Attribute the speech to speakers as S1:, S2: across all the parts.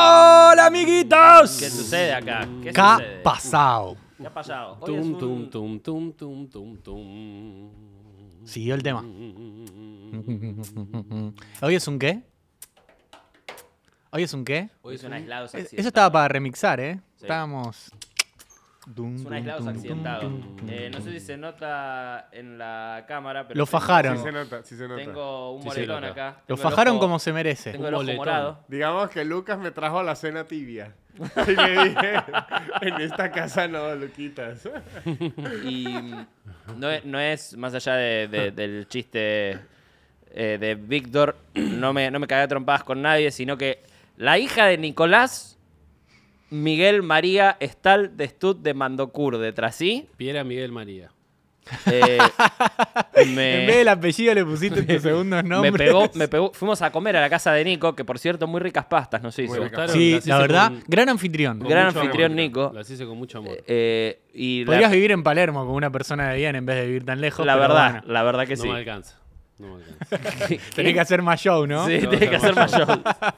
S1: Hola, amiguitos.
S2: ¿Qué sucede acá? ¿Qué
S1: ¿Qué ha
S2: sucede?
S1: pasado?
S2: ¿Qué ha pasado? Hoy es
S3: Tum,
S2: un-
S3: tum, tum, tum, tum, tum, tum.
S1: Siguió el tema. ¿Hoy es un qué? ¿Hoy es un qué?
S2: Hoy es un
S1: Es-
S2: aislado accidentado.
S1: Eh, Eso estaba para remixar, ¿eh?
S2: Sí.
S1: Estábamos...
S2: Es un aislado accidentado. Eh, no sé si se nota en la cámara, pero...
S1: Lo
S2: tengo-
S1: fajaron.
S4: Sí se nota, sí se nota.
S2: Tengo un
S3: Sí se
S2: moretón
S3: nota.
S2: acá.
S1: Lo
S2: Tengo el
S1: fajaron
S2: ojo-
S1: como se merece.
S2: Tengo el ojo
S3: Un moletón.
S2: morado.
S4: Digamos que Lucas me trajo la cena tibia. Y le dije, en esta casa no, Luquitas.
S2: Y mm, no es, no es más allá de- de- del chiste eh, de Víctor, no me, no me cagué a trompadas con nadie, sino que la hija de Nicolás, Miguel María Estal de Stud de Mandocur, detrás sí.
S3: Piera Miguel María.
S2: eh,
S1: En
S2: me,
S1: vez del apellido le pusiste tus segundos
S2: me
S1: nombres.
S2: pegó, me pegó. Fuimos a comer a la casa de Nico, que por cierto, muy ricas pastas nos hizo.
S3: Me gustaron,
S1: Sí,
S3: las hice
S1: la verdad,
S3: con-
S1: gran
S3: con
S1: anfitrión.
S2: Gran
S3: mucho amor,
S2: anfitrión,
S3: mira.
S2: Nico.
S3: Las hice con mucho amor.
S2: Eh, y la,
S1: Podrías vivir en Palermo con una persona de bien en vez de vivir tan lejos.
S2: la
S1: pero
S2: verdad,
S1: bueno.
S2: la verdad que
S3: no
S2: sí.
S3: me alcanza. No me alcanza.
S1: tenés que hacer más show, ¿no?
S2: Sí,
S3: Tengo
S2: tiene
S3: que
S2: que hacer
S3: hacer
S2: más shows.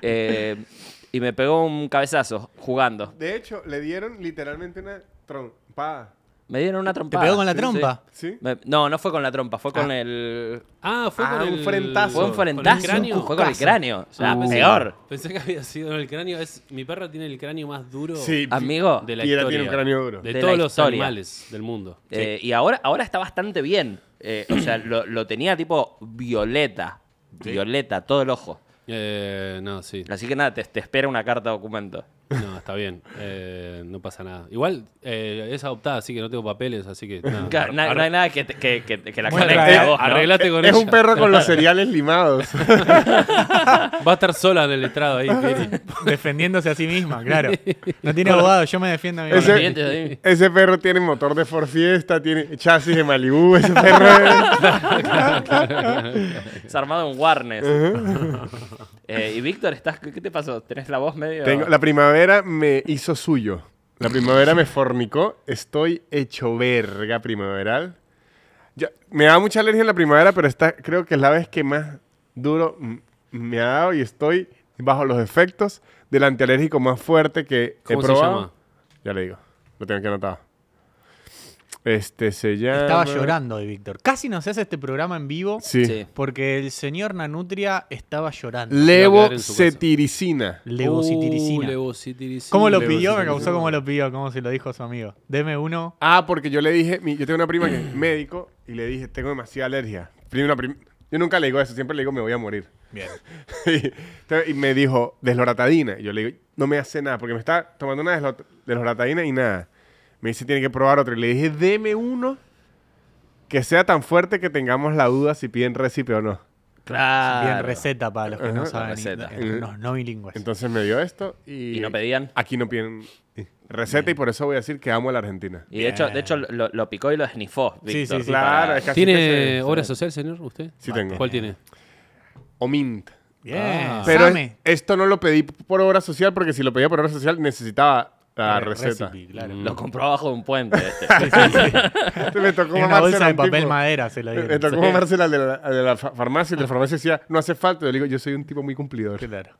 S2: Eh, y me pegó un cabezazo jugando.
S4: De hecho, le dieron literalmente una trompada.
S2: Me dieron una
S1: Te
S2: trompa.
S1: pegó con la trompa.
S4: ¿Sí?
S2: no, no fue con la trompa, fue con el.
S3: Ah, fue
S4: Ah,
S3: con
S4: un
S3: el...
S4: frentazo.
S2: Fue un
S3: con el
S2: frentazo.
S3: cráneo.
S2: Fue con el
S1: Cucazo.
S2: cráneo. O sea,
S3: Ah, pensé-
S2: peor.
S3: Pensé que había sido en el cráneo. Es, mi perra tiene el cráneo más duro
S4: Sí.
S2: Amigo.
S3: de la
S4: Piera
S3: historia.
S4: tiene un cráneo duro.
S3: De,
S2: De la
S3: todos los
S2: historia.
S3: animales del mundo.
S2: eh, Y ahora, ahora está bastante bien. Eh, o sea, lo, lo tenía tipo violeta. Violeta, todo el ojo.
S3: Eh, no, sí.
S2: Así que nada, te, te espera una carta documento.
S3: No, está bien. Eh, no pasa nada. Igual eh, es adoptada, así que no tengo papeles, así que. nada.
S2: Claro, na-
S3: Ar-
S2: no hay nada que, te- que- que- que la
S1: Bueno,
S2: conecte a
S1: eh,
S2: vos. ¿no?
S3: Arreglate con
S4: Es
S3: ella.
S4: un perro con los cereales limados.
S3: Va a estar sola en el estrado ahí, Piri.
S1: Defendiéndose a sí misma, claro. No tiene abogado, yo me defiendo a mí.
S2: Con los
S4: Ese-
S2: dientes ahí.
S4: Ese perro tiene motor de Ford Fiesta, tiene chasis de Malibu. Ese perro es-
S2: Es armado en Warnes. Eh, y Víctor, estás, ¿qué qué te pasó? ¿Tenés la voz medio...?
S4: Tengo- la primavera me hizo suyo. La primavera me fornicó. Estoy hecho verga primaveral. Ya- me da mucha alergia en la primavera, pero esta creo que es la vez que más duro mm, me ha dado y estoy bajo los efectos del antialérgico más fuerte que he
S3: ¿Cómo se
S4: probado.
S3: llama?
S4: Ya le digo, lo tengo que anotar. Este se llama.
S1: Estaba llorando de Víctor. Casi nos hace este programa en vivo
S4: Sí.
S2: Sí.
S1: porque el señor Nanutria estaba llorando.
S4: Levocetiricina.
S1: Levocitiricina.
S3: Uh, levocetiricina.
S1: ¿Cómo lo
S4: Levo
S1: pidió? Me
S4: citiricina.
S1: causó como lo pidió, como se lo dijo a su amigo. Deme uno.
S4: Ah, porque yo le dije, mi- yo tengo una prima que es médico y le dije, tengo demasiada alergia. Prima- prim- yo nunca le digo eso, siempre le digo, me voy a morir.
S1: Bien.
S4: y, entonces- y me dijo, desloratadina. Y yo le digo, no me hace nada, porque me está tomando una deslo- desloratadina y nada. Me dice, tiene que probar otro. Y le dije, deme uno que sea tan fuerte que tengamos la duda si piden recipe o no.
S2: Claro.
S1: Bien receta para los que no
S4: Ajá,
S1: saben.
S2: Ah. receta.
S1: y- Los no bilingües.
S4: Entonces me dio esto y...
S2: ¿Y no pedían?
S4: Aquí no piden receta y por eso voy a decir que amo a la Argentina.
S2: Y de hecho, de hecho lo, lo picó y lo esnifó,
S1: Sí,
S2: Víctor. ah,
S1: sí, sí.
S4: Claro,
S2: Para-
S4: es que así que
S3: ¿Tiene
S4: se-
S3: obra social, señor, usted?
S4: Sí tengo.
S3: ¿Cuál tiene?
S4: Omint.
S1: Bien.
S3: Ah.
S4: Pero
S1: Same.
S4: es- esto no lo pedí por obra social porque si lo pedía por obra social necesitaba la
S1: Eh,
S4: receta.
S1: recipe, claro.
S2: Lo compró abajo de un puente. este.
S4: Este Me tocó
S1: En una
S4: mamársela
S1: bolsa
S4: a
S1: de
S4: un
S1: papel
S4: tipo.
S1: madera se lo
S4: Me
S1: dieron.
S4: tocó mamársela al de la, al de la fa- farmacia y el de la farmacia decía, no hace falta. Yo le digo, yo soy un tipo muy cumplidor.
S1: Claro.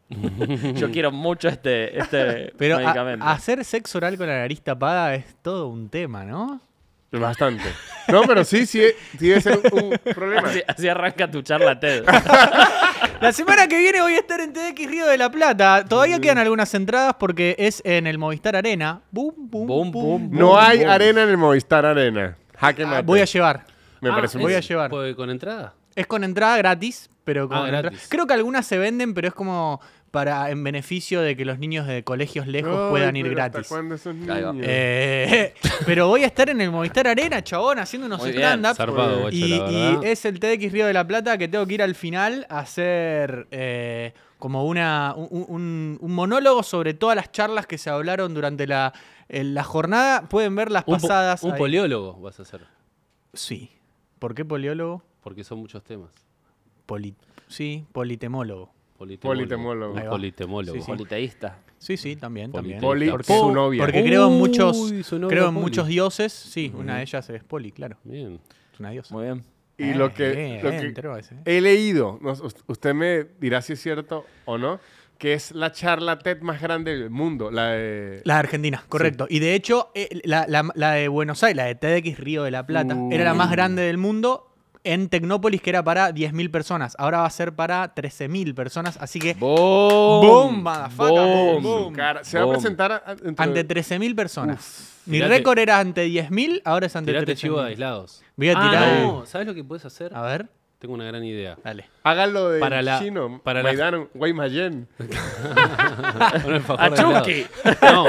S2: Yo quiero mucho este, este
S1: Pero a-
S2: medicamento.
S1: hacer sexo oral con la nariz tapada es todo un tema, ¿no?
S4: Bastante. No, pero sí, sí, sí debe ser un, un problema.
S2: así, así arranca tu charla TED.
S1: La semana que viene voy a estar en TDX Río de la Plata. Todavía
S4: Mm.
S1: quedan algunas entradas porque es en el Movistar Arena. Boom, boom,
S2: Boom,
S1: boom.
S2: boom,
S4: No hay arena en el Movistar Arena. Jaque
S1: Ah,
S4: mate.
S1: voy a llevar.
S4: Me
S3: Ah,
S4: parece
S3: ¿es-
S4: muy
S1: voy a llevar.
S3: pues, ¿Con entrada?
S1: Es con entrada gratis, pero con
S3: Ah,
S1: entrada-
S3: gratis.
S1: Creo que algunas se venden, pero es como para en beneficio de que los niños de colegios lejos
S4: Ay,
S1: puedan ir
S4: pero ¿hasta
S1: gratis.
S4: cuándo esos
S2: Ahí va.
S4: niños?
S1: Eh, pero voy a estar en el Movistar Arena, chabón, haciendo unos
S2: Muy bien,
S1: stand-ups.
S3: Zarpado, guacho,
S1: Ah, Y,
S3: la
S1: y
S3: verdad.
S1: es el TDX Río de la Plata que tengo que ir al final a hacer eh, como una, un, un- un monólogo sobre todas las charlas que se hablaron durante la, eh, la jornada. Pueden ver las
S3: Un, po-
S1: pasadas.
S3: un
S1: ahí.
S3: poliólogo vas a hacer,
S1: Sí. ¿Por qué poliólogo?
S3: porque son muchos temas.
S1: Poli- sí, politemólogo.
S3: Politemólogo.
S4: Politemólogo.
S3: Un
S1: Ahí va.
S3: politemólogo.
S1: Sí, sí.
S2: Politeísta.
S1: Sí, sí, también. también.
S4: Poli,
S3: ¿Por
S1: qué?
S4: su novia.
S1: Porque creo en muchos,
S3: Uy, su novia
S1: creo en
S3: Poli.
S1: muchos dioses. Sí, una de ellas es Poli, claro.
S3: Bien.
S1: Es una diosa.
S2: Muy bien.
S4: Y
S1: Eh,
S4: lo que,
S1: eh,
S4: lo que
S1: entero ese, eh.
S4: he leído, no sé, us- usted me dirá si es cierto o no, que es la charla TED más grande del mundo. La de.
S1: La de Argentina, correcto. Y de hecho, eh, la, la- la de Buenos Aires, la de TEDx Río de la Plata,
S4: Uh.
S1: era la más grande del mundo en Tecnópolis, que era para 10.000 personas. Ahora va a ser para 13.000 personas, así que
S2: ¡Boom!
S1: Boom, motherfucker,
S2: Boom.
S1: boom.
S4: Su cara. Se va a
S2: Boom.
S4: presentar a- entre-
S1: ante 13.000 personas. Mi
S3: Tirate-
S1: récord era ante 10.000, ahora es ante
S3: Tirate chivo de
S1: 13.000.
S3: aislados.
S1: Voy a
S3: Ah,
S1: tirar.
S3: no, ¿sabes lo que puedes hacer?
S1: A ver,
S3: Tengo una gran idea.
S1: dale.
S4: Hágalo de
S3: Para la-
S4: chino.
S3: para
S4: Para
S3: la-
S4: Maidano, Guaymallén.
S3: Un alfajor
S2: ¡A
S3: de aislados.
S2: Chucky!
S3: No,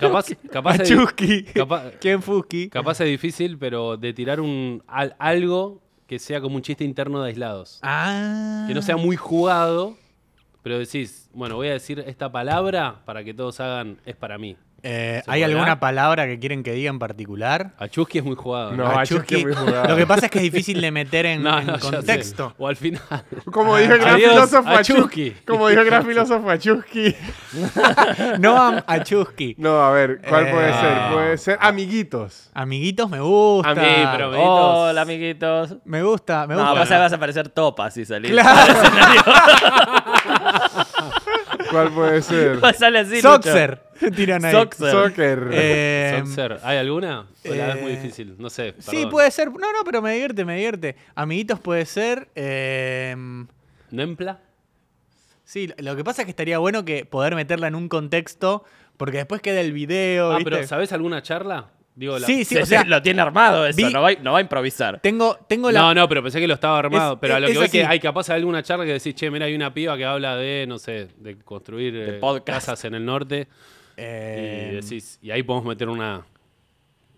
S3: capaz, capaz, es,
S1: Chusky.
S3: capaz-
S1: ¿Quién Fusky?
S3: capaz es difícil, pero de tirar un al- algo que sea como un chiste interno de aislados.
S1: Ah.
S3: Que no sea muy jugado, pero decís, bueno, voy a decir esta palabra para que todos hagan, es para mí.
S1: Eh,
S3: ¿Se
S1: ¿Hay
S3: podrá?
S1: alguna palabra que quieren que diga en particular?
S3: A Chusky es muy jugado.
S4: No,
S1: A
S4: a Chusky
S1: Chusky.
S4: muy jugado.
S1: Lo que pasa es que es difícil de meter en,
S3: No,
S1: en
S3: no, ya sé.
S1: contexto.
S3: O al final.
S4: Como dijo el gran
S3: Adiós,
S4: filósofo
S3: a
S4: Achusky.
S3: Chusky.
S4: Como dijo el gran filósofo Achusky.
S1: No am- a Chusky.
S4: No, a ver, ¿cuál
S1: Eh,
S4: puede
S3: no.
S4: ser? Puede ser amiguitos.
S1: Amiguitos me gusta.
S4: A mí,
S3: Sí, pero amiguitos.
S2: Hola, amiguitos.
S1: Me gusta, me
S2: No,
S1: gusta.
S2: vas, a, vas a parecer topa si salís.
S4: ¿Cuál puede ser?
S2: Sale así, Lucho.
S1: Soxer. Tiran ahí.
S2: Soxer.
S4: Soccer.
S1: Eh,
S3: Soxer, ¿hay alguna? O la es muy
S1: eh,
S3: difícil, no sé.
S1: Sí,
S3: perdón.
S1: puede ser. No, no, pero me divierte, me divierte. Amiguitos puede ser. eh,
S3: ¿Nempla?
S1: sí, lo que pasa es que estaría bueno que poder meterla en un contexto, porque después queda el video.
S3: Ah,
S1: ¿viste?
S3: pero ¿sabés alguna charla? Digo, la-
S1: Sí, sí,
S2: Sí,
S1: o sea,
S2: lo tiene armado eso,
S1: vi-
S2: no, va, no va a improvisar.
S1: tengo, tengo la.
S3: No, no, pero pensé que lo estaba armado.
S1: Es-
S3: pero a lo
S1: es
S3: que voy
S1: así.
S3: que hay capaz de alguna charla que decís, che, mira, hay una piba que habla de, no sé, de construir eh,
S2: podcast.
S3: casas en el norte.
S1: eh,
S3: y decís, y ahí podemos meter una.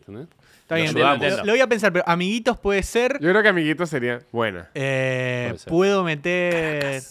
S3: ¿entendés?
S1: está
S3: lo
S1: bien,
S3: ayudamos.
S1: lo, lo voy a pensar, pero amiguitos puede ser.
S4: Yo creo que amiguitos sería buena.
S1: eh,
S3: Puede ser.
S1: Puedo meter.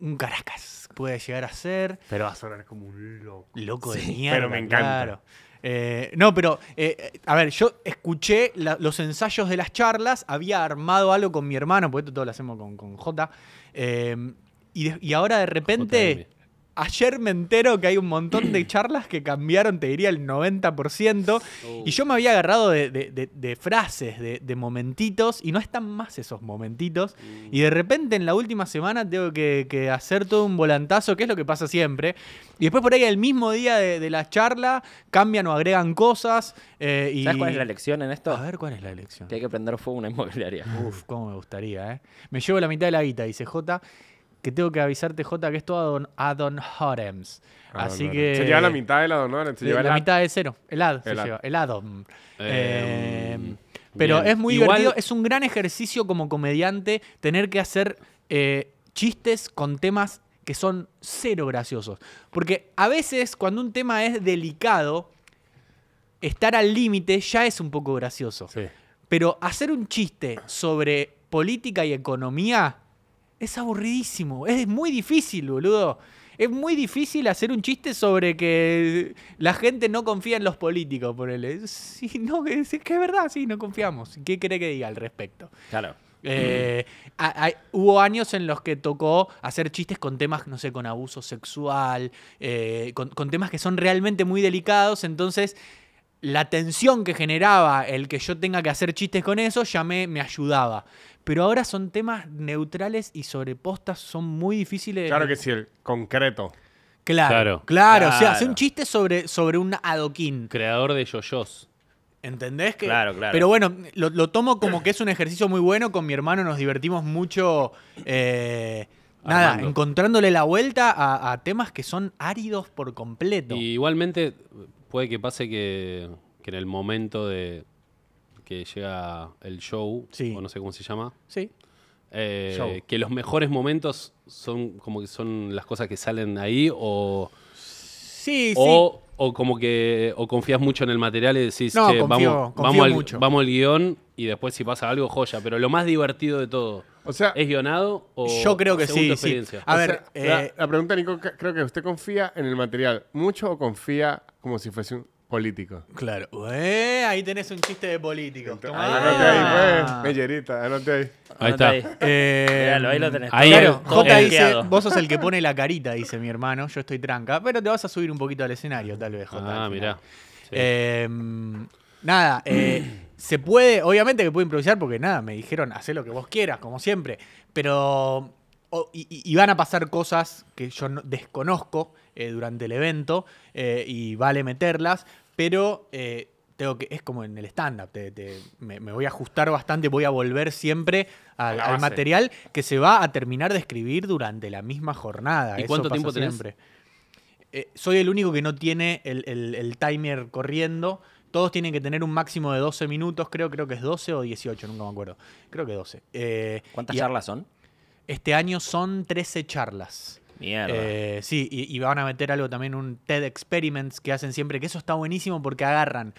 S1: Un Caracas. Puede llegar a ser.
S4: Pero va a sonar como un loco.
S1: Loco de mierda.
S4: pero me encanta.
S1: claro. Eh, no, pero, eh, eh, a ver, yo escuché la- los ensayos de las charlas, había armado algo con mi hermano, porque esto todo lo hacemos con, con J. eh, y, de- y ahora de repente, ayer me entero que hay un montón de charlas que cambiaron, te diría, el 90%.
S3: Oh.
S1: Y yo me había agarrado de, de- de- de frases, de, de momentitos, y no están más esos momentitos. Y de repente en la última semana tengo que, que hacer todo un volantazo, que es lo que pasa siempre. Y después por ahí el mismo día de, de la charla cambian o agregan cosas. eh, y...
S2: ¿Sabes cuál es la lección en esto?
S1: A ver cuál es la elección.
S2: Que hay que prender fuego a una inmobiliaria.
S1: Uf, cómo me gustaría, ¿eh? Me llevo la mitad de la guita, dice J. Que tengo que avisarte, J, que esto a Don, a Don Horems.
S4: Ah,
S1: Así
S4: no, no.
S1: que.
S4: Se lleva la mitad de la donora. Se
S1: de-
S4: lleva
S1: la
S4: la-
S1: mitad de cero. El ad se
S4: El ad.
S1: lleva. El addon.
S3: Eh,
S1: Eh,
S3: mm,
S1: pero
S3: bien.
S1: es muy
S3: Igual-
S1: divertido. Es un gran ejercicio como comediante tener que hacer eh, chistes con temas que son cero graciosos. Porque a veces cuando un tema es delicado, estar al límite ya es un poco gracioso.
S3: Sí.
S1: Pero hacer un chiste sobre política y economía es aburridísimo. Es muy difícil, boludo. Es muy difícil hacer un chiste sobre que la gente no confía en los políticos, por él. Sí, no, es, es que es verdad, sí, no confiamos. ¿Qué cree que diga al respecto?
S2: Claro.
S1: Eh, a- a- hubo años en los que tocó hacer chistes con temas, no sé, con abuso sexual, eh, con, con temas que son realmente muy delicados, entonces la tensión que generaba el que yo tenga que hacer chistes con eso ya me, me ayudaba. Pero ahora son temas neutrales y sobre postas son muy difíciles. de-
S4: Claro que sí, el concreto.
S1: Claro, claro.
S3: Claro.
S1: O sea,
S2: Claro.
S1: hacer un chiste sobre, sobre un adoquín.
S3: Creador de yoyos.
S1: ¿Entendés? Que,
S2: Claro, claro.
S1: Pero bueno, lo, lo tomo como que es un ejercicio muy bueno. Con mi hermano nos divertimos mucho. eh, nada,
S3: Armando.
S1: encontrándole la vuelta a, a temas que son áridos por completo.
S3: Y igualmente puede que pase que, que en el momento de que llega el show,
S1: Sí.
S3: o no sé cómo se llama,
S1: Sí.
S3: eh,
S4: Show.
S3: que los mejores momentos son como que son las cosas que salen ahí o,
S1: Sí,
S3: o, o como que o confías mucho en el material y decís,
S1: No,
S3: "Che,
S1: confío-
S3: vamos,
S1: confío
S3: vamos, al,
S1: mucho".
S3: vamos al guión y después si pasa algo, joya. Pero lo más divertido de todo,
S4: O sea,
S3: ¿es guionado o
S1: sí. Yo creo que
S3: según
S1: sí.
S3: tu
S1: sí.
S3: experiencia?
S1: A
S4: o
S1: ver,
S4: sea, la-
S1: eh,
S4: la, pregunta, Nico, ca- creo que usted confía en el material mucho o confía como si fuese un político.
S1: claro. Eh, ahí tenés un chiste de político. Tomá.
S4: Anote ahí, pues. Mellerita, anote ahí.
S3: Ahí
S2: Anota
S3: está.
S1: Eh,
S2: Míralo, ahí lo tenés.
S3: ahí
S2: todo-
S1: Claro,
S2: todo
S1: J dice,
S2: blanqueado.
S1: vos sos el que pone la carita, dice mi hermano, yo estoy tranca, pero te vas a subir un poquito al escenario, tal vez, J. al
S3: Ah,
S1: final.
S3: mirá. Sí.
S1: Eh, nada, eh, se puede, obviamente que puedo improvisar porque nada, me dijeron, hacé lo que vos quieras, como siempre, pero o- y, y- y van a pasar cosas que yo no- desconozco eh, durante el evento eh, y vale meterlas, pero eh, tengo que, es como en el stand-up, te- te- me, me voy a ajustar bastante, voy a volver siempre
S2: A
S1: al,
S2: la
S1: al
S2: base.
S1: material que se va a terminar de escribir durante la misma jornada.
S3: ¿Y
S1: Eso
S3: cuánto
S1: pasa
S3: tiempo tenés?
S1: siempre. Eh, soy el único que no tiene el, el- el timer corriendo. Todos tienen que tener un máximo de 12 minutos, creo, creo que es 12 o 18, nunca me acuerdo. Creo que 12. Eh,
S2: ¿Cuántas
S1: y a-
S2: charlas son?
S1: Este año son 13 charlas.
S2: Mierda.
S1: Eh, sí, y, y van a meter algo también, un TED Experiments que hacen siempre, que eso está buenísimo porque agarran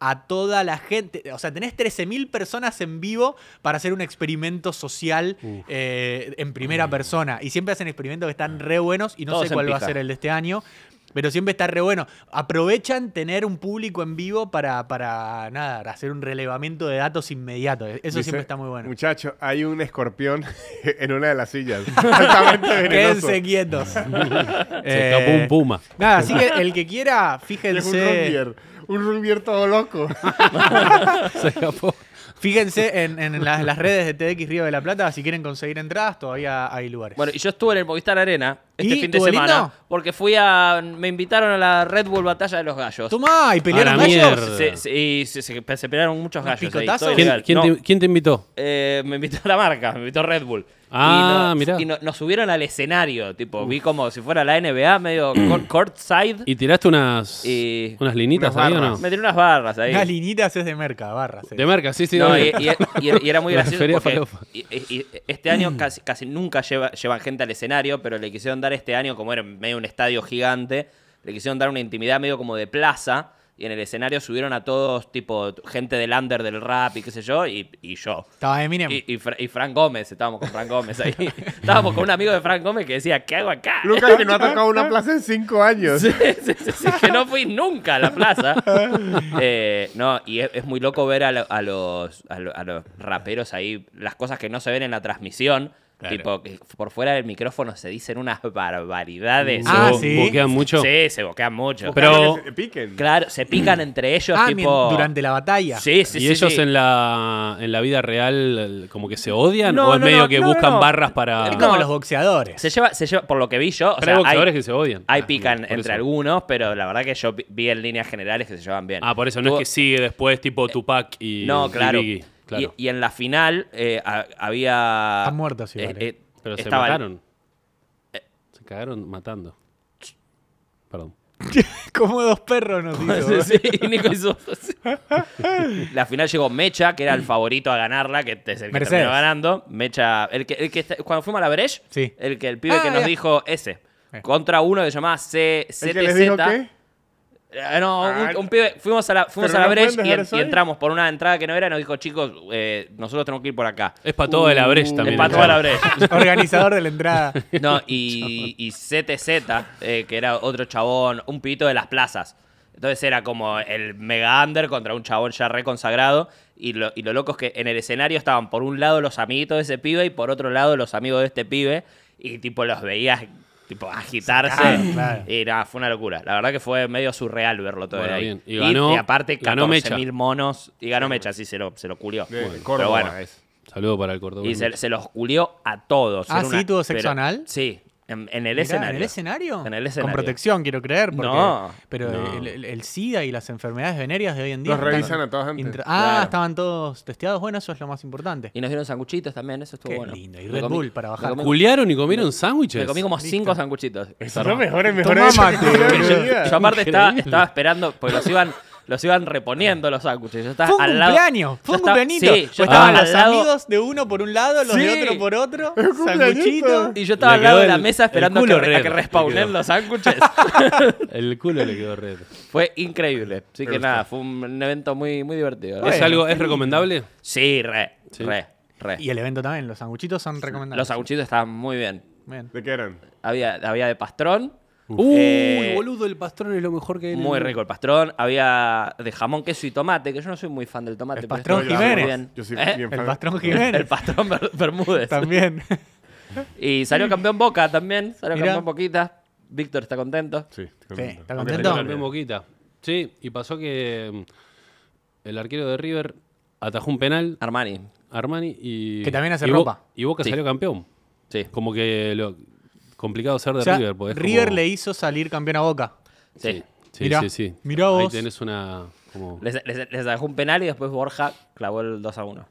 S1: a toda la gente, o sea, tenés 13.000 personas en vivo para hacer un experimento social eh, en primera persona. Y siempre hacen experimentos que están re buenos y no
S2: Ah. Todos
S1: sé
S2: en
S1: cuál va a
S2: pija.
S1: ser el de este año. Pero siempre está re bueno. Aprovechan tener un público en vivo para, para nada, hacer un relevamiento de datos inmediato. Eso
S4: Dice,
S1: siempre está muy bueno.
S4: Muchacho, hay un escorpión en una de las sillas. Altamente venenoso.
S1: Quédense quietos. Eh,
S3: Se escapó un puma.
S1: Nada, así que el que quiera,
S4: Es un
S1: fíjense,
S4: rumbier. Un rumbier todo loco.
S3: Se escapó.
S1: fíjense en, en las, las redes de TDX Río de la Plata. Si quieren conseguir entradas, todavía hay lugares.
S2: Bueno, y yo estuve en el Movistar Arena este
S1: ¿Y?
S2: fin de
S1: ¿Estuvo
S2: semana
S1: lindo?
S2: porque fui a. Me invitaron a la Red Bull Batalla de los Gallos.
S1: Tomá, y
S2: Ah,
S1: pelearon
S3: A la
S1: gallos.
S3: mierda.
S2: Se, se- y se, se- se pelearon muchos gallos. ahí,
S1: picotazo?
S2: todo
S1: ¿Quién-
S2: ilegal.
S3: ¿Quién, quién
S2: No,
S3: te, quién te invitó?
S2: eh, me invitó la marca, me invitó Red Bull.
S3: Ah,
S2: y no-
S3: mirá.
S2: Y no- nos subieron al escenario, tipo, vi como si fuera la NBA, medio court- courtside.
S3: ¿Y tiraste unas,
S2: Y-
S3: unas linitas
S4: unas
S3: ahí o no?
S4: barras.
S2: Me tiró unas barras ahí.
S1: Las linitas es de merca, barras. eh.
S3: De marca, sí, sí.
S2: No,
S3: obvio.
S2: y, y- y- y era muy
S3: Me
S2: gracioso
S3: refería a
S2: porque
S3: falopa.
S2: y- y- y este año casi, casi nunca lleva- llevan gente al escenario, pero le quisieron dar este año, como era medio un estadio gigante, le quisieron dar una intimidad medio como de plaza, y en el escenario subieron a todos, tipo, gente del under del rap y qué sé yo, y, y yo.
S1: Estaba Eminem.
S2: Y, y, Fra- y Frank Gómez, estábamos con Frank Gómez ahí. estábamos con un amigo de Frank Gómez que decía, ¿qué hago acá?
S4: Lucas que no ha tocado una plaza en cinco años.
S2: Sí, sí, sí, sí, que no fui nunca a la plaza. Eh, no, y es, es muy loco ver a, lo- a los, a, lo- a los raperos ahí, las cosas que no se ven en la transmisión. Tipo, que por fuera del micrófono se dicen unas barbaridades.
S1: Ah,
S3: ¿Se bo-
S1: sí.
S3: boquean mucho?
S2: Sí, se boquean mucho.
S3: Pero-
S4: Que se Piquen.
S2: claro, se pican entre ellos,
S1: ah, mien-
S2: tipo.
S1: durante la batalla.
S2: Sí, sí,
S3: ¿Y
S2: sí,
S3: ellos
S2: sí.
S3: En, la, en la vida real el- como que se odian?
S2: No,
S3: ¿O es
S2: no,
S3: medio
S2: no,
S3: que
S2: no,
S3: buscan
S2: no.
S3: barras para...?
S1: Es
S2: No,
S1: como los boxeadores.
S2: Se lleva, se lleva, por lo que vi yo. O
S3: Pero
S2: sea,
S3: hay
S2: hay,
S3: boxeadores que se odian.
S2: hay
S3: Ah,
S2: pican
S3: por
S2: entre
S3: eso.
S2: algunos, pero la verdad que yo vi- vi en líneas generales que se llevan bien.
S3: Ah, por eso, no
S2: Tuvo- Eh,
S3: es que sigue después tipo Tupac y,
S2: No,
S3: y
S2: claro.
S3: Biggie.
S2: Y,
S3: claro.
S2: y en la final eh, ha- había.
S1: Están muertos igual, eh.
S3: Pero se
S2: estaba- Eh.
S3: mataron. Se cagaron matando. Perdón.
S1: como dos perros nos hizo.
S2: eh. Sí, y Nico hizo- sí. La final llegó Mecha, que era el favorito a ganarla, que es el que
S1: Mercedes.
S2: terminó ganando. Mecha, el que, el que está- cuando fuimos a la Breche,
S1: Sí.
S2: el que el pibe
S1: Ah,
S2: que nos
S1: ya.
S2: dijo ese.
S1: Eh.
S2: Contra uno que se llamaba C,
S4: ¿El que les dijo
S2: CTZ.
S4: qué?
S2: Eh, No, un,
S4: Ah,
S2: un pibe, fuimos a la, fuimos a
S4: ¿pero
S2: la
S4: no pueden
S2: Breche y,
S4: dejar
S2: en-
S4: eso
S2: y
S4: ahí?
S2: entramos por una entrada que no era, nos dijo, chicos, eh, nosotros tenemos que ir por acá.
S3: Es para toda la brecha también.
S2: Es para
S3: el
S2: toda la
S3: chabón.
S2: Breche.
S1: Organizador de la entrada.
S2: No, y, y CTZ, eh, que era otro chabón, un pibito de las plazas. Entonces era como el mega under contra un chabón ya reconsagrado. Y lo, y lo loco es que en el escenario estaban por un lado los amiguitos de ese pibe y por otro lado los amigos de este pibe. Y tipo los veías tipo agitarse.
S1: Claro, claro.
S2: Y nada, fue una locura. La verdad que fue medio surreal verlo todo
S3: Bueno,
S2: ahí.
S3: bien. Y ganó-
S2: aparte
S3: ganó Mecha.
S2: 14.000 monos. Y ganó Mecha, sí, se lo, se lo culió.
S4: De
S2: Pero
S4: Córdoba eh,
S2: bueno,
S4: es.
S3: Saludo para el cordobés.
S2: y se, se los culió a todos.
S1: Ah,
S2: Era
S1: ¿sí? ¿Tuvo sexo anal?
S2: Sí, en, en el
S1: Mirá,
S2: escenario.
S1: ¿En el escenario?
S2: En el escenario.
S1: Con protección, quiero creer. porque-
S2: No.
S1: Pero
S3: No.
S1: El, el- el SIDA y las enfermedades venéreas de hoy en día.
S4: Los
S1: están-
S4: revisan a todos antes.
S1: intra- Ah,
S2: Claro.
S1: estaban todos testeados. Bueno, eso es lo más importante.
S2: Y nos dieron sanguchitos también, eso estuvo
S1: Qué
S2: bueno.
S1: lindo, y
S2: Me
S1: Red
S2: comí-
S1: Bull para
S2: me
S1: bajar.
S2: comí-
S3: ¿Culearon y comieron sándwiches?
S2: Me comí como cinco sanguchitos.
S4: Eso es lo mejor, es mejor
S1: Tomá
S4: eso que
S1: mate,
S4: comí en mi
S1: boludo.
S4: vida.
S2: Yo aparte estaba,
S3: Increíble.
S2: estaba esperando, porque los iban, los iban reponiendo los sándwiches. Yo estaba
S1: Fue un
S2: al lado-
S1: cumpleaños,
S2: yo
S1: fue un
S2: estaba-
S1: cumpleañito.
S2: Sí,
S1: Pues
S2: yo
S1: estaban
S2: estaba
S1: los
S2: al lado.
S1: amigos de uno por un lado, los de
S2: Sí.
S1: otro por otro,
S4: cumpleañito.
S1: sanguchito.
S2: Y yo estaba
S3: Le
S2: al lado
S3: quedó
S2: de la
S3: el-
S2: mesa
S3: el
S2: esperando a que,
S3: culo
S2: re- a
S3: red,
S2: que
S3: le
S2: respawnen
S3: quedó.
S2: los sándwiches.
S3: El culo le quedó red.
S2: fue increíble. Así que
S4: Me
S2: nada, fue un evento muy, muy divertido. la
S3: ¿Es
S2: verdad.
S3: algo, es recomendable?
S2: Sí, re,
S3: Sí.
S2: re, re.
S1: Y el evento también, los sanguchitos son recomendables.
S2: Los sanguchitos estaban muy bien.
S1: Bien.
S4: ¿De qué eran?
S2: Había, había de pastrón,
S3: Uy,
S2: Eh,
S3: boludo, el pastrón es lo mejor que hay. en el
S2: muy
S3: mundo.
S2: rico el pastrón. Había de jamón, queso y tomate, que yo no soy muy fan del tomate.
S1: El
S2: pero
S1: pastrón
S2: estuvo muy
S1: Jiménez.
S2: bien.
S4: Yo soy
S2: ¿Eh?
S4: bien
S1: El
S4: fan.
S1: pastrón
S2: El
S1: Jiménez.
S2: pastrón Ber- Bermúdez.
S1: También.
S2: Y salió campeón Boca también. Salió
S1: Mirá.
S2: campeón Boquita. Víctor está contento.
S4: Sí, estoy
S1: Sí,
S4: contento.
S1: ¿está
S4: Aunque
S1: contento?
S4: tengo
S3: Campeón
S4: nervios.
S3: Boquita. Sí, y pasó que mm, el arquero de River atajó un penal
S2: Armani.
S3: Armani y.
S1: Que también hace
S3: y Bo-
S1: ropa.
S3: y Boca
S2: Sí.
S3: salió campeón.
S2: Sí,
S3: Como que lo complicado ser de
S1: O sea,
S3: River. porque es
S1: River
S3: como-
S1: le hizo salir campeón a Boca.
S2: sí.
S3: Sí,
S1: Mirá,
S3: sí, sí.
S1: mirá
S3: Ahí
S1: vos.
S3: tenés una. Como
S2: Les, les- les dejó un penal y después Borja clavó el 2 a 1.